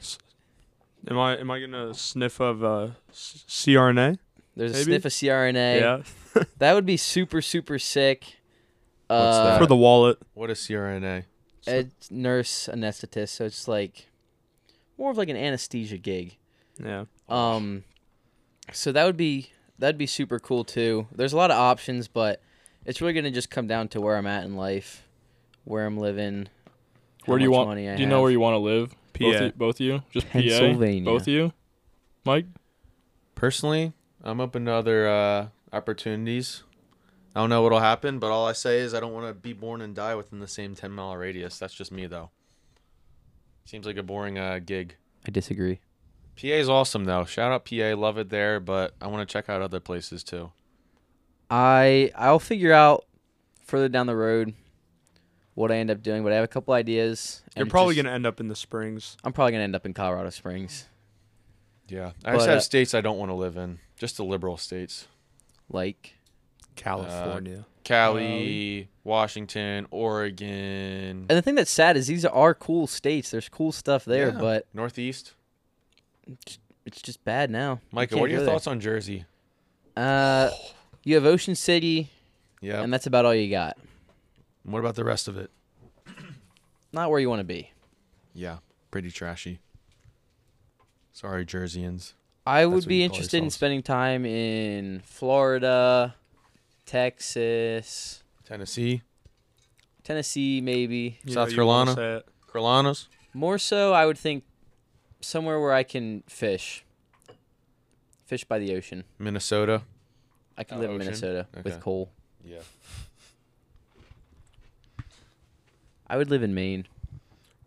C: Am I am I gonna sniff of uh, s- CRNA?
A: There's a
C: Maybe?
A: sniff of CRNA.
C: Yeah,
A: That would be super, super sick.
B: What's
A: uh,
B: that?
C: for the wallet.
B: What is CRNA?
A: It's nurse anesthetist, so it's like more of like an anesthesia gig.
C: Yeah,
D: Oh,
A: Um, so that would be that'd be super cool too. There's a lot of options, but it's really gonna just come down to where I'm at in life, where I'm living. how
D: Where do you
A: much
D: want?
A: Money I
D: do you know
A: have.
D: where you want to live? Both,
C: PA.
D: you, both you, just
A: Pennsylvania.
D: PA. Both you, Mike.
B: Personally, I'm open to other uh, opportunities. I don't know what'll happen, but all I say is I don't want to be born and die within the same 10 mile radius. That's just me, though. Seems like a boring uh, gig.
A: I disagree.
B: PA is awesome, though. Shout out PA. Love it there, but I want to check out other places, too.
A: I I'll figure out further down the road what I end up doing, but I have a couple ideas. and
C: you're
A: it's
C: probably
A: just-
C: gonna end up in the Springs.
A: I'm probably gonna end up in Colorado Springs,
B: Yeah. I
A: But,
B: just have
A: uh,
B: states I don't want to live in, just the liberal states.
A: like.
B: California. Cali, Washington, Oregon,
A: And the thing that's sad is these are cool states. There's cool stuff there,
B: Yeah.
A: but
B: Northeast.
A: it's- it's just bad now. You
B: Micah,
A: can't
B: what are your
A: go there.
B: thoughts on Jersey?
A: Uh, you have Ocean City,
B: Yeah.
A: and that's about all you got.
B: what about the rest of it?
A: Not where you want to be.
B: Yeah, pretty trashy. Sorry, Jerseyans.
A: I
B: what
A: would
B: you
A: be
B: call
A: interested in
B: yourselves.
A: spending time in Florida, Texas,
B: Tennessee,
A: Tennessee, maybe.
C: You
B: South
C: know, you wanna
B: Carolina.
C: say it.
B: Carolinas.
A: More so, I would think somewhere where I can fish. Fish by the ocean.
B: Minnesota.
A: I can
B: Oh,
A: live in
B: ocean?
A: Minnesota
B: Okay.
A: with coal.
B: Yeah.
A: I would live in Maine,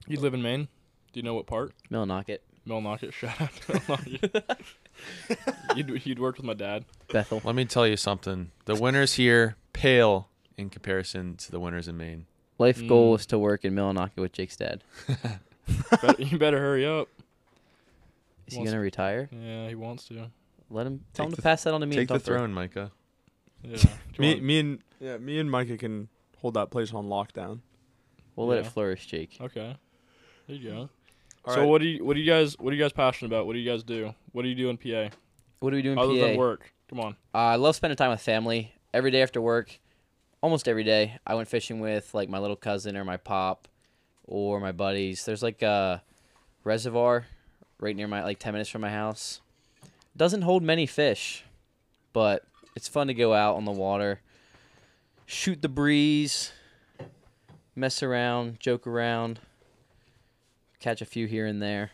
D: You live in Maine. Do you know what part?
A: Millinocket,
D: Millinocket. Shout out to Millinocket. you'd you'd worked with my dad.
A: Bethel.
B: Let me tell you something. The winters here pale in comparison to the winters in Maine.
A: Life
B: Hmm.
A: goal
D: Mm.
A: was to work in Millinocket with Jake's dad.
D: Bet- you better hurry up.
A: Is he
D: Wants-
A: gonna retire?
D: Yeah, he wants to.
A: Let him
B: Take
A: tell him to
B: the-
A: pass that on to me.
B: Take the
A: and Thumper.
B: throne, Micah.
D: Yeah.
C: Me,
D: Come
C: me and yeah, me and Micah can hold that place on lockdown.
A: We'll let
D: Yeah.
A: it flourish, Jake.
D: on. Okay. There you go.
C: All
D: so
C: right.
D: what do you what do you guys what are you guys passionate about? What do you guys do? What do you do in PA
A: What are we doing?
D: other
A: PA?
D: than work? Come on.
A: Uh, I love spending time with family every day after work. Almost every day, I went fishing with like my little cousin or my pop or my buddies. There's like a reservoir right near my like 10 minutes from my house. Doesn't hold many fish, but it's fun to go out on the water, shoot the breeze, mess around, joke around, catch a few here and there.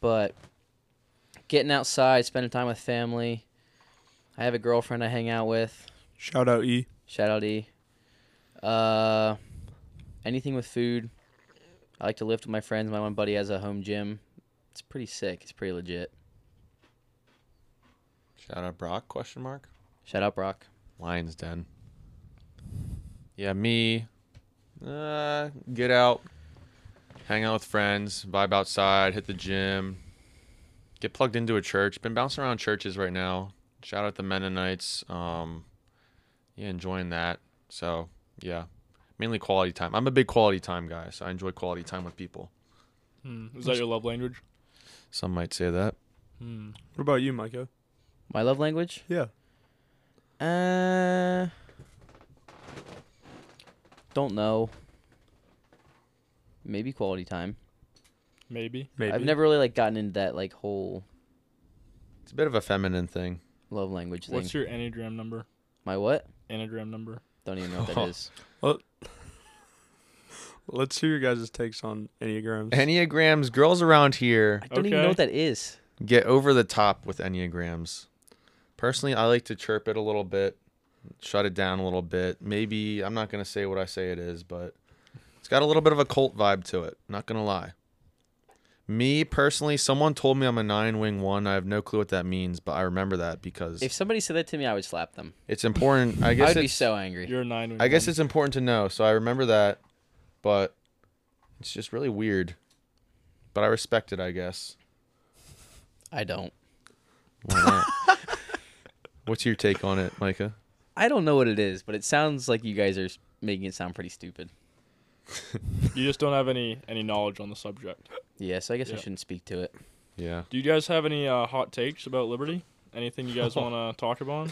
A: But getting outside, spending time with family, I have a girlfriend I hang out with.
C: Shout out E.
A: Shout out E. Uh, anything with food. I like to lift with my friends. My one buddy has a home gym. It's pretty sick. It's pretty legit.
B: Shout out Brock? Question mark.
A: Shout out Brock.
B: Lions Den. Yeah, me. Uh, get out, hang out with friends, vibe outside, hit the gym, get plugged into a church. Been bouncing around churches right now. Shout out the Mennonites. Um, yeah, enjoying that. So yeah, mainly quality time. I'm a big quality time guy, so I enjoy quality time with people.
D: Hmm. Is that your love language?
B: Some might say that.
D: Hmm.
C: What about you, Micah?
A: My love language?
C: Yeah.
A: Uh, don't know. Maybe quality time.
D: Maybe.
C: Maybe.
A: I've never really like gotten into that like whole
B: It's a bit of a feminine thing.
A: love language thing.
D: What's your Enneagram number?
A: My what?
D: Enneagram number.
A: Don't even know what that is.
C: Let's hear your guys' takes on enneagrams.
B: Enneagrams, girls around here.
A: I don't even know
D: Okay.
A: what that is.
B: get over the top with enneagrams. Personally, I like to chirp it a little bit, shut it down a little bit. Maybe I'm not gonna say what I say it is, but it's got a little bit of a cult vibe to it. Not gonna lie. Me personally, someone told me I'm a nine wing one. I have no clue what that means, but I remember that because
A: If somebody said that to me, I would slap them.
B: it's important. I
A: I
B: guess
A: would be
B: it's-
A: so angry.
D: You're a nine.
B: I guess it's important to know. So I remember that, but it's just really weird. But I respect it, I guess.
A: I don't.
B: Why not? What's your take on it, Micah?
A: I don't know what it is, but it sounds like you guys are s- making it sound pretty stupid.
D: you just don't have any any knowledge on the subject.
A: Yeah, so I guess I
D: Yeah.
A: shouldn't speak to it.
B: Yeah.
D: Do you guys have any uh, hot takes about Liberty? Anything you guys want to talk about?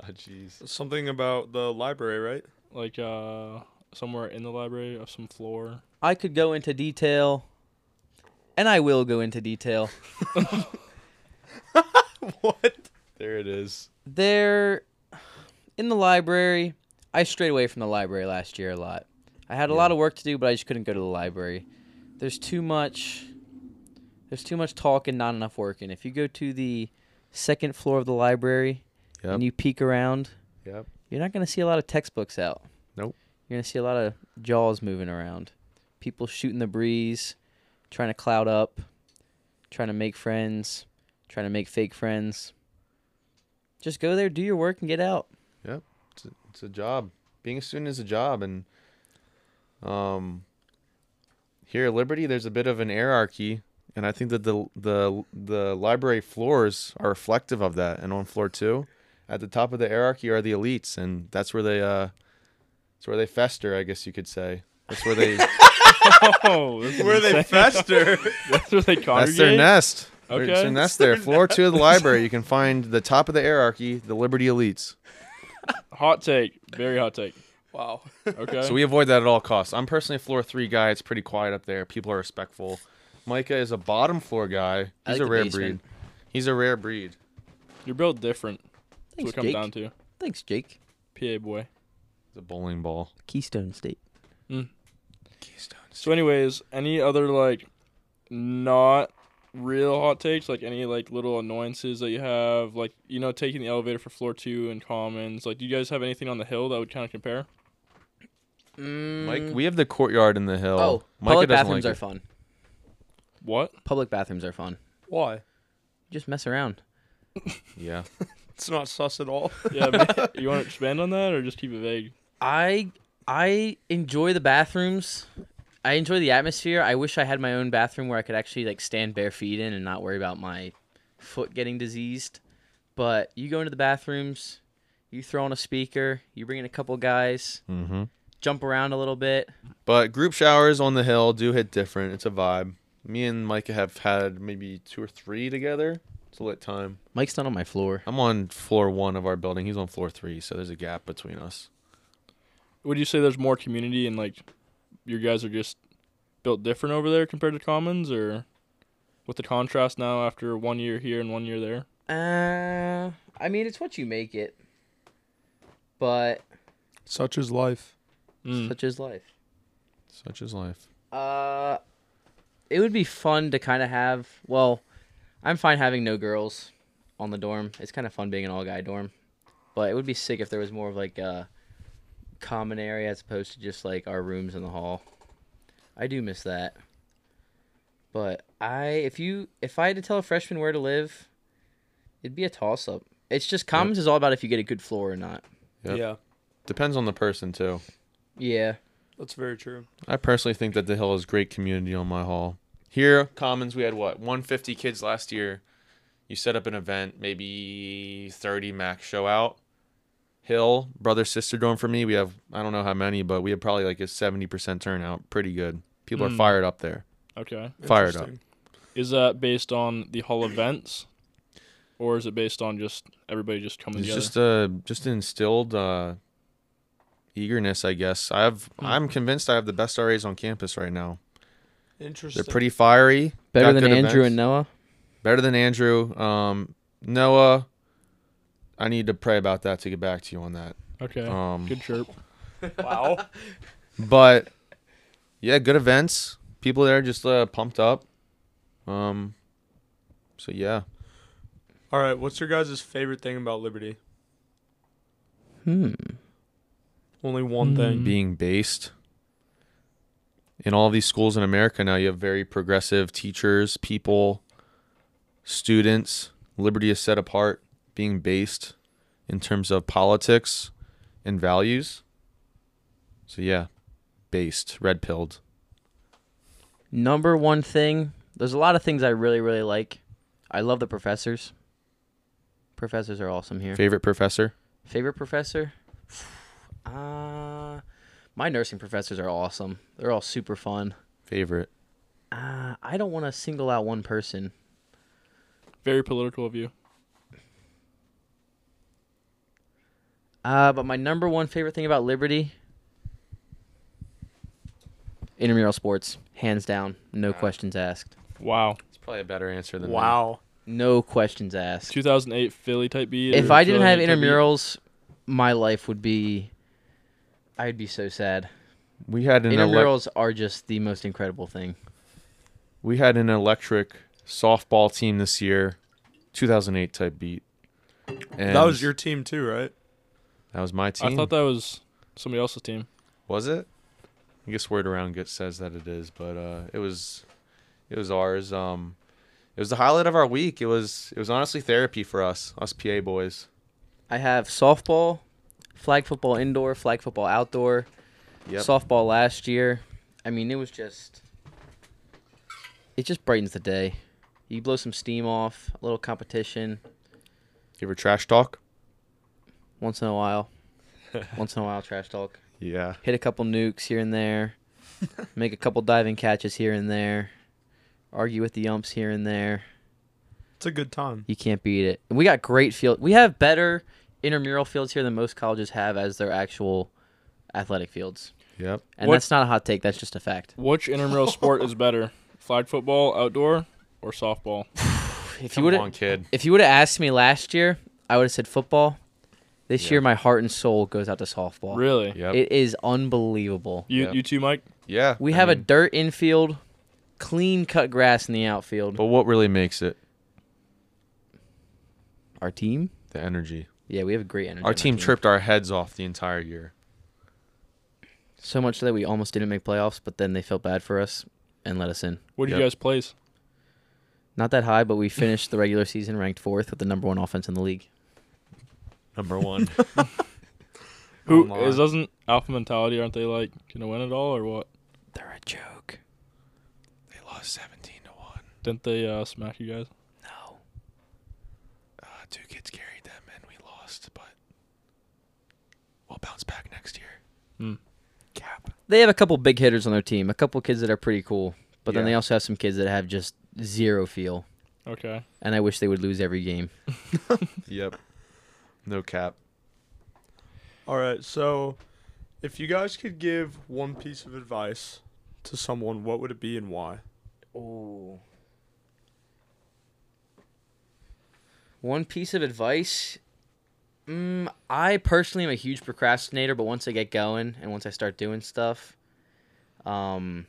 B: Ah, jeez.
C: Something about the library, right?
D: Like uh, somewhere in the library of some floor.
A: I could go into detail, and I will go into detail.
B: There it is.
A: There, in the library, I strayed away from the library last year a lot. I had a lot of work to do, but I just couldn't go to the library. There's too much. There's too much talk and not enough working. If you go to the second floor of the library
B: Yep.
A: and you peek around,
B: Yep.
A: you're not going to see a lot of textbooks out.
B: Nope.
A: You're going to see a lot of jaws moving around. People shooting the breeze, trying to cloud up, trying to make friends, trying to make fake friends. Just go there, do your work, and get out.
B: It's a, it's a job. Being a student is a job, and um, here at Liberty, there's a bit of an hierarchy, and I think that the the the library floors are reflective of that. And on floor two, at the top of the hierarchy are the elites, and that's where they uh, that's where they fester, I guess you could say. That's where they
D: Oh, this is
C: Where they
D: insane.
C: fester.
D: That's where they congregate.
B: that's their nest. Their- It's
D: Okay.
B: their nest there. Floor two of the library, you can find the top of the hierarchy, the Liberty elites.
D: Hot take. Very hot take.
C: wow.
D: Okay.
B: So we avoid that at all costs. I'm personally a floor three guy. It's pretty quiet up there. People are respectful. Micah is a bottom floor guy.
A: I
B: He's
A: like
B: a
A: the
B: rare breed.
A: basement.
B: He's a rare breed.
D: You're built different. That's
A: Thanks,
D: what it comes
A: Jake.
D: down to.
A: Thanks, Jake.
D: PA boy.
B: He's a bowling ball.
A: Keystone State.
D: So, anyways, any other like not real hot takes? Like any like little annoyances that you have? Like you know, taking the elevator for floor two and commons. Like, do you guys have anything on the hill that would kind of compare?
B: Mike, we have the courtyard in the hill.
A: Mm. Oh,
B: Micah
A: public
B: doesn't
A: bathrooms
B: like
A: are
B: it.
A: fun.
D: What?
A: Public bathrooms are fun.
C: Why?
A: Just mess around.
B: Yeah.
C: It's not sus at all.
D: Yeah. but you want to expand on that or just keep it vague?
A: I I enjoy the bathrooms. I enjoy the atmosphere. I wish I had my own bathroom where I could actually like stand bare feet in and not worry about my foot getting diseased. But you go into the bathrooms, you throw on a speaker, you bring in a couple guys,
B: Mm-hmm.
A: jump around a little bit.
B: But group showers on the hill do hit different. It's a vibe. Me and Micah have had maybe two or three together. It's a lit time.
A: Mike's not on my floor.
B: I'm on floor one of our building. He's on floor three, so there's a gap between us.
D: Would you say there's more community and like your guys are just built different over there compared to commons or with the contrast now after one year here and one year there?
A: Uh, I mean it's what you make it. But
C: Such is life.
D: Mm.
A: such is life.
B: Such is life.
A: Uh, it would be fun to kind of have. Well, I'm fine having no girls on the dorm. It's kind of fun being an all guy dorm, but it would be sick if there was more of like a common area as opposed to just like our rooms in the hall. I do miss that. But I, if you, if I had to tell a freshman where to live, it'd be a toss up. It's just commons is all about if you get a good floor or not.
B: Yep.
C: Yeah,
B: Depends on the person too.
A: Yeah.
C: that's very true.
B: I personally think that the hill is great community on my hall. Here, Commons, we had what 150 kids last year. You set up an event, maybe 30 max show out. Hill, brother sister dorm for me, we have I don't know how many, but we have probably like a 70% turnout. Pretty good. People are
D: Mm.
B: fired up there.
D: Okay.
B: Fired up.
C: Interesting.
D: Is that based on the hall events, or is it based on just everybody just coming
B: It's
D: together?
B: just uh just instilled uh eagerness, I guess. I have
D: Hmm.
B: I'm convinced I have the best RAs on campus right now.
C: Interesting.
B: They're pretty fiery.
A: Better
B: got
A: than
B: good
A: Andrew
B: events.
A: and Noah.
B: better than Andrew. Um, Noah, I need to pray about that to get back to you on that.
D: okay.
B: Um,
D: Good chirp.
C: Wow.
B: but yeah, good events. People there just uh, pumped up. Um, so yeah,
C: All right. What's your guys' favorite thing about Liberty?
A: Hmm.
B: Mm.
C: Only one thing.
B: being based. in all these schools in America now, you have very progressive teachers, people, students. Liberty is set apart, being based in terms of politics and values. So yeah, based, red pilled.
A: Number one thing, there's a lot of things I really, really like. I love the professors. Professors are awesome here.
B: Favorite professor?
A: Favorite professor? Uh, my nursing professors are awesome. They're all super fun.
B: Favorite.
A: Uh, I don't want to single out one person.
D: Very political of you.
A: Uh, but my number one favorite thing about Liberty, intramural sports, hands down, no questions asked.
D: Wow.
B: It's probably a better answer than
C: Wow.
A: No questions asked.
D: 2008 Philly type B.
A: if
D: or
A: I didn't have
D: 2008 type B?
A: intramurals, my life would be. I'd be so sad.
B: that. We had an elec-
A: intramurals are just the most incredible thing.
B: we had an electric softball team this year, 2008 type beat. And
C: That was your team too, right?
B: that was my team.
D: I thought that was somebody else's team.
B: Was it? I guess word around gets says that it is, but uh, it was, it was ours. Um, it was the highlight of our week. It was it was honestly therapy for us, us PA boys.
A: I have softball, flag football indoor, flag football outdoor,
B: Yep.
A: softball last year. I mean, it was just. It just brightens the day. You blow some steam off, a little competition
B: You ever trash talk?
A: once in a while. once in a while, trash talk.
B: Yeah.
A: Hit a couple nukes here and there, make a couple diving catches here and there, argue with the umps here and there.
C: It's a good time.
A: You can't beat it. And we got great field. We have better intramural fields here than most colleges have as their actual athletic fields.
B: Yep.
A: And
D: What-
A: that's not a hot take. That's just a fact.
D: Which intramural sport is better, flag football, outdoor, or softball?
A: If you
B: Come
A: would
B: on,
A: have
B: kid.
A: if you would have asked me last year, I would have said football. This
B: Yeah.
A: year, my heart and soul goes out to softball.
D: Really?
B: Yep.
A: It is unbelievable.
D: You
B: Yeah.
D: you too, Mike.
B: yeah.
A: We
B: I
A: have a
B: mean,
A: dirt infield, clean cut grass in the outfield.
B: But what really makes it?
A: Our team,
B: The energy.
A: yeah, we have great energy. on
B: Our team tripped our heads off the entire year.
A: so much so that we almost didn't make playoffs, but then they felt bad for us and let us in.
D: What do you
B: Yep.
D: guys place?
A: Not that high, but we finished the regular season ranked fourth with the number one offense in the league.
B: Number one.
D: Who
B: Online.
D: is doesn't alpha mentality? Aren't they like gonna win it all or what?
A: They're a joke.
B: they lost seventeen to one.
D: Didn't they uh, smack you guys?
A: No.
B: Uh, two kids carried them, and we lost, but we'll bounce back next year.
D: Hmm.
B: Cap.
A: They have a couple big hitters on their team, a couple kids that are pretty cool, but then
B: Yeah.
A: they also have some kids that have just zero feel,
D: Okay.
A: and I wish they would lose every game.
B: Yep. No cap.
C: All right, so if you guys could give one piece of advice to someone, what would it be and why?
A: Ooh. One piece of advice. Mm, I personally am a huge procrastinator, but once I get going and once I start doing stuff, um,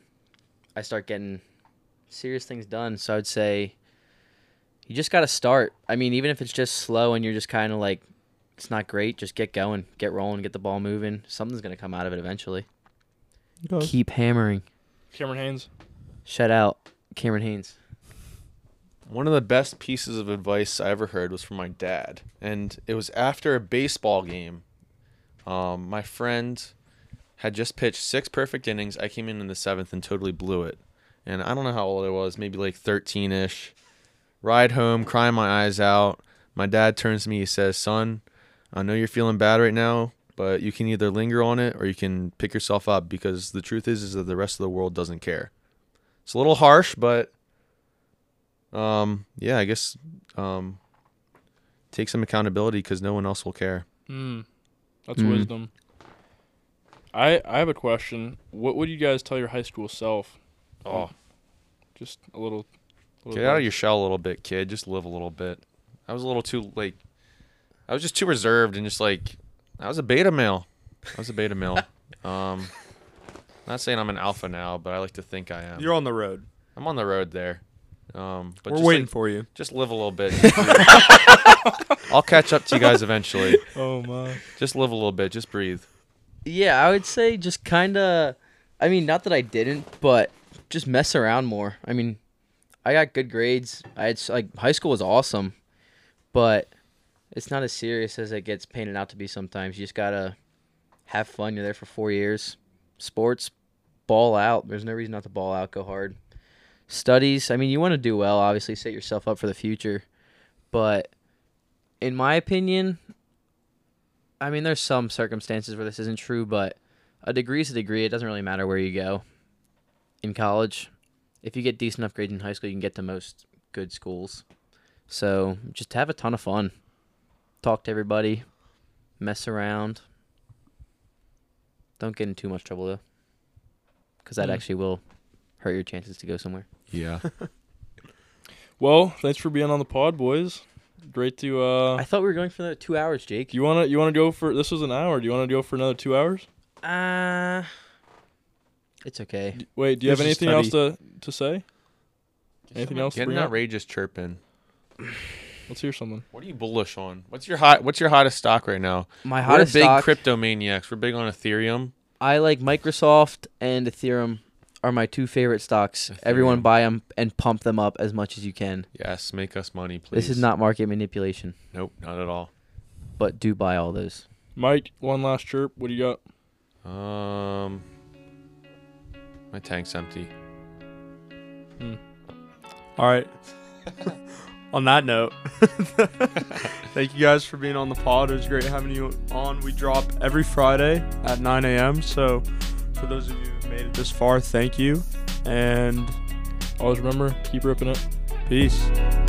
A: I start getting serious things done. So I'd say you just got to start. I mean, even if it's just slow and you're just kind of like, it's not great, just get going, get rolling, get the ball moving. Something's going to come out of it eventually. Keep hammering.
D: Cameron Haynes.
A: Shout out Cameron Haynes.
B: One of the best pieces of advice I ever heard was from my dad, and it was after a baseball game. Um, my friend had just pitched six perfect innings. I came in in the seventh and totally blew it. And I don't know how old I was, maybe like 13 ish. Ride home, crying my eyes out. My dad turns to me, he says, Son, I know you're feeling bad right now, but you can either linger on it or you can pick yourself up because the truth is, is that the rest of the world doesn't care. It's a little harsh, but um, yeah, I guess um, take some accountability because no one else will care.
D: Hmm. That's
A: Hmm.
D: wisdom. I I have a question. What would you guys tell your high school self?
B: Oh,
D: Just a little. little
B: Get out of your shell a little bit, kid. Just live a little bit. I was a little too like, I was just too reserved and just like, I was a beta male. I was a beta male. um, not saying I'm an alpha now, but I like to think I am.
C: You're on the road.
B: I'm on the road there. Um, but
C: We're
B: just,
C: waiting
B: like,
C: for you.
B: just live a little bit. I'll catch up to you guys eventually.
D: Oh my.
B: Just live a little bit. Just breathe.
A: Yeah, I would say just kind of I mean, not that I didn't, but just mess around more. I mean, I got good grades. I had s- like high school was awesome, but it's not as serious as it gets painted out to be sometimes. You just gotta have fun. You're there for four years. Sports, ball out. There's no reason not to ball out. Go hard. Studies. I mean, you want to do well. Obviously, set yourself up for the future, but in my opinion, I mean, there's some circumstances where this isn't true, but a degree is a degree. It doesn't really matter where you go in college. If you get decent enough grades in high school, you can get to most good schools. So just have a ton of fun. Talk to everybody. Mess around. Don't get in too much trouble, though. Because that actually will hurt your chances to go somewhere.
B: Yeah.
D: Well, thanks for being on the pod, boys. Great to. uh
A: I thought we were going for the two hours, Jake.
D: Do you wanna you wanna go for this was an hour? Do you wanna go for another two hours?
A: Uh, it's okay.
D: D- Wait, do you
C: This
D: have
C: is
D: anything else to to say? Anything
B: Someone
D: else? to
B: Get an
D: bring up?
B: outrageous chirping.
D: Let's hear something.
B: What are you bullish on? What's your hot? What's your hottest stock right now?
A: My hottest
B: We're big
A: stock-
B: cryptomaniacs. We're big on Ethereum.
A: I like Microsoft and Ethereum are my two favorite stocks. Everyone
B: Ethereum.
A: buy them and pump them up as much as you can.
B: Yes, make us money, please.
A: This is not market manipulation,
B: Nope, not at all.
A: but do buy all those.
D: Mike, one last chirp. What do you got?
B: Um, my tank's empty.
C: All right. on that note, thank you guys for being on the pod. It was great having you on. We drop every Friday at 9 a.m. So, for those of you who made it this far, thank you and
D: Always remember, keep ripping it.
C: peace.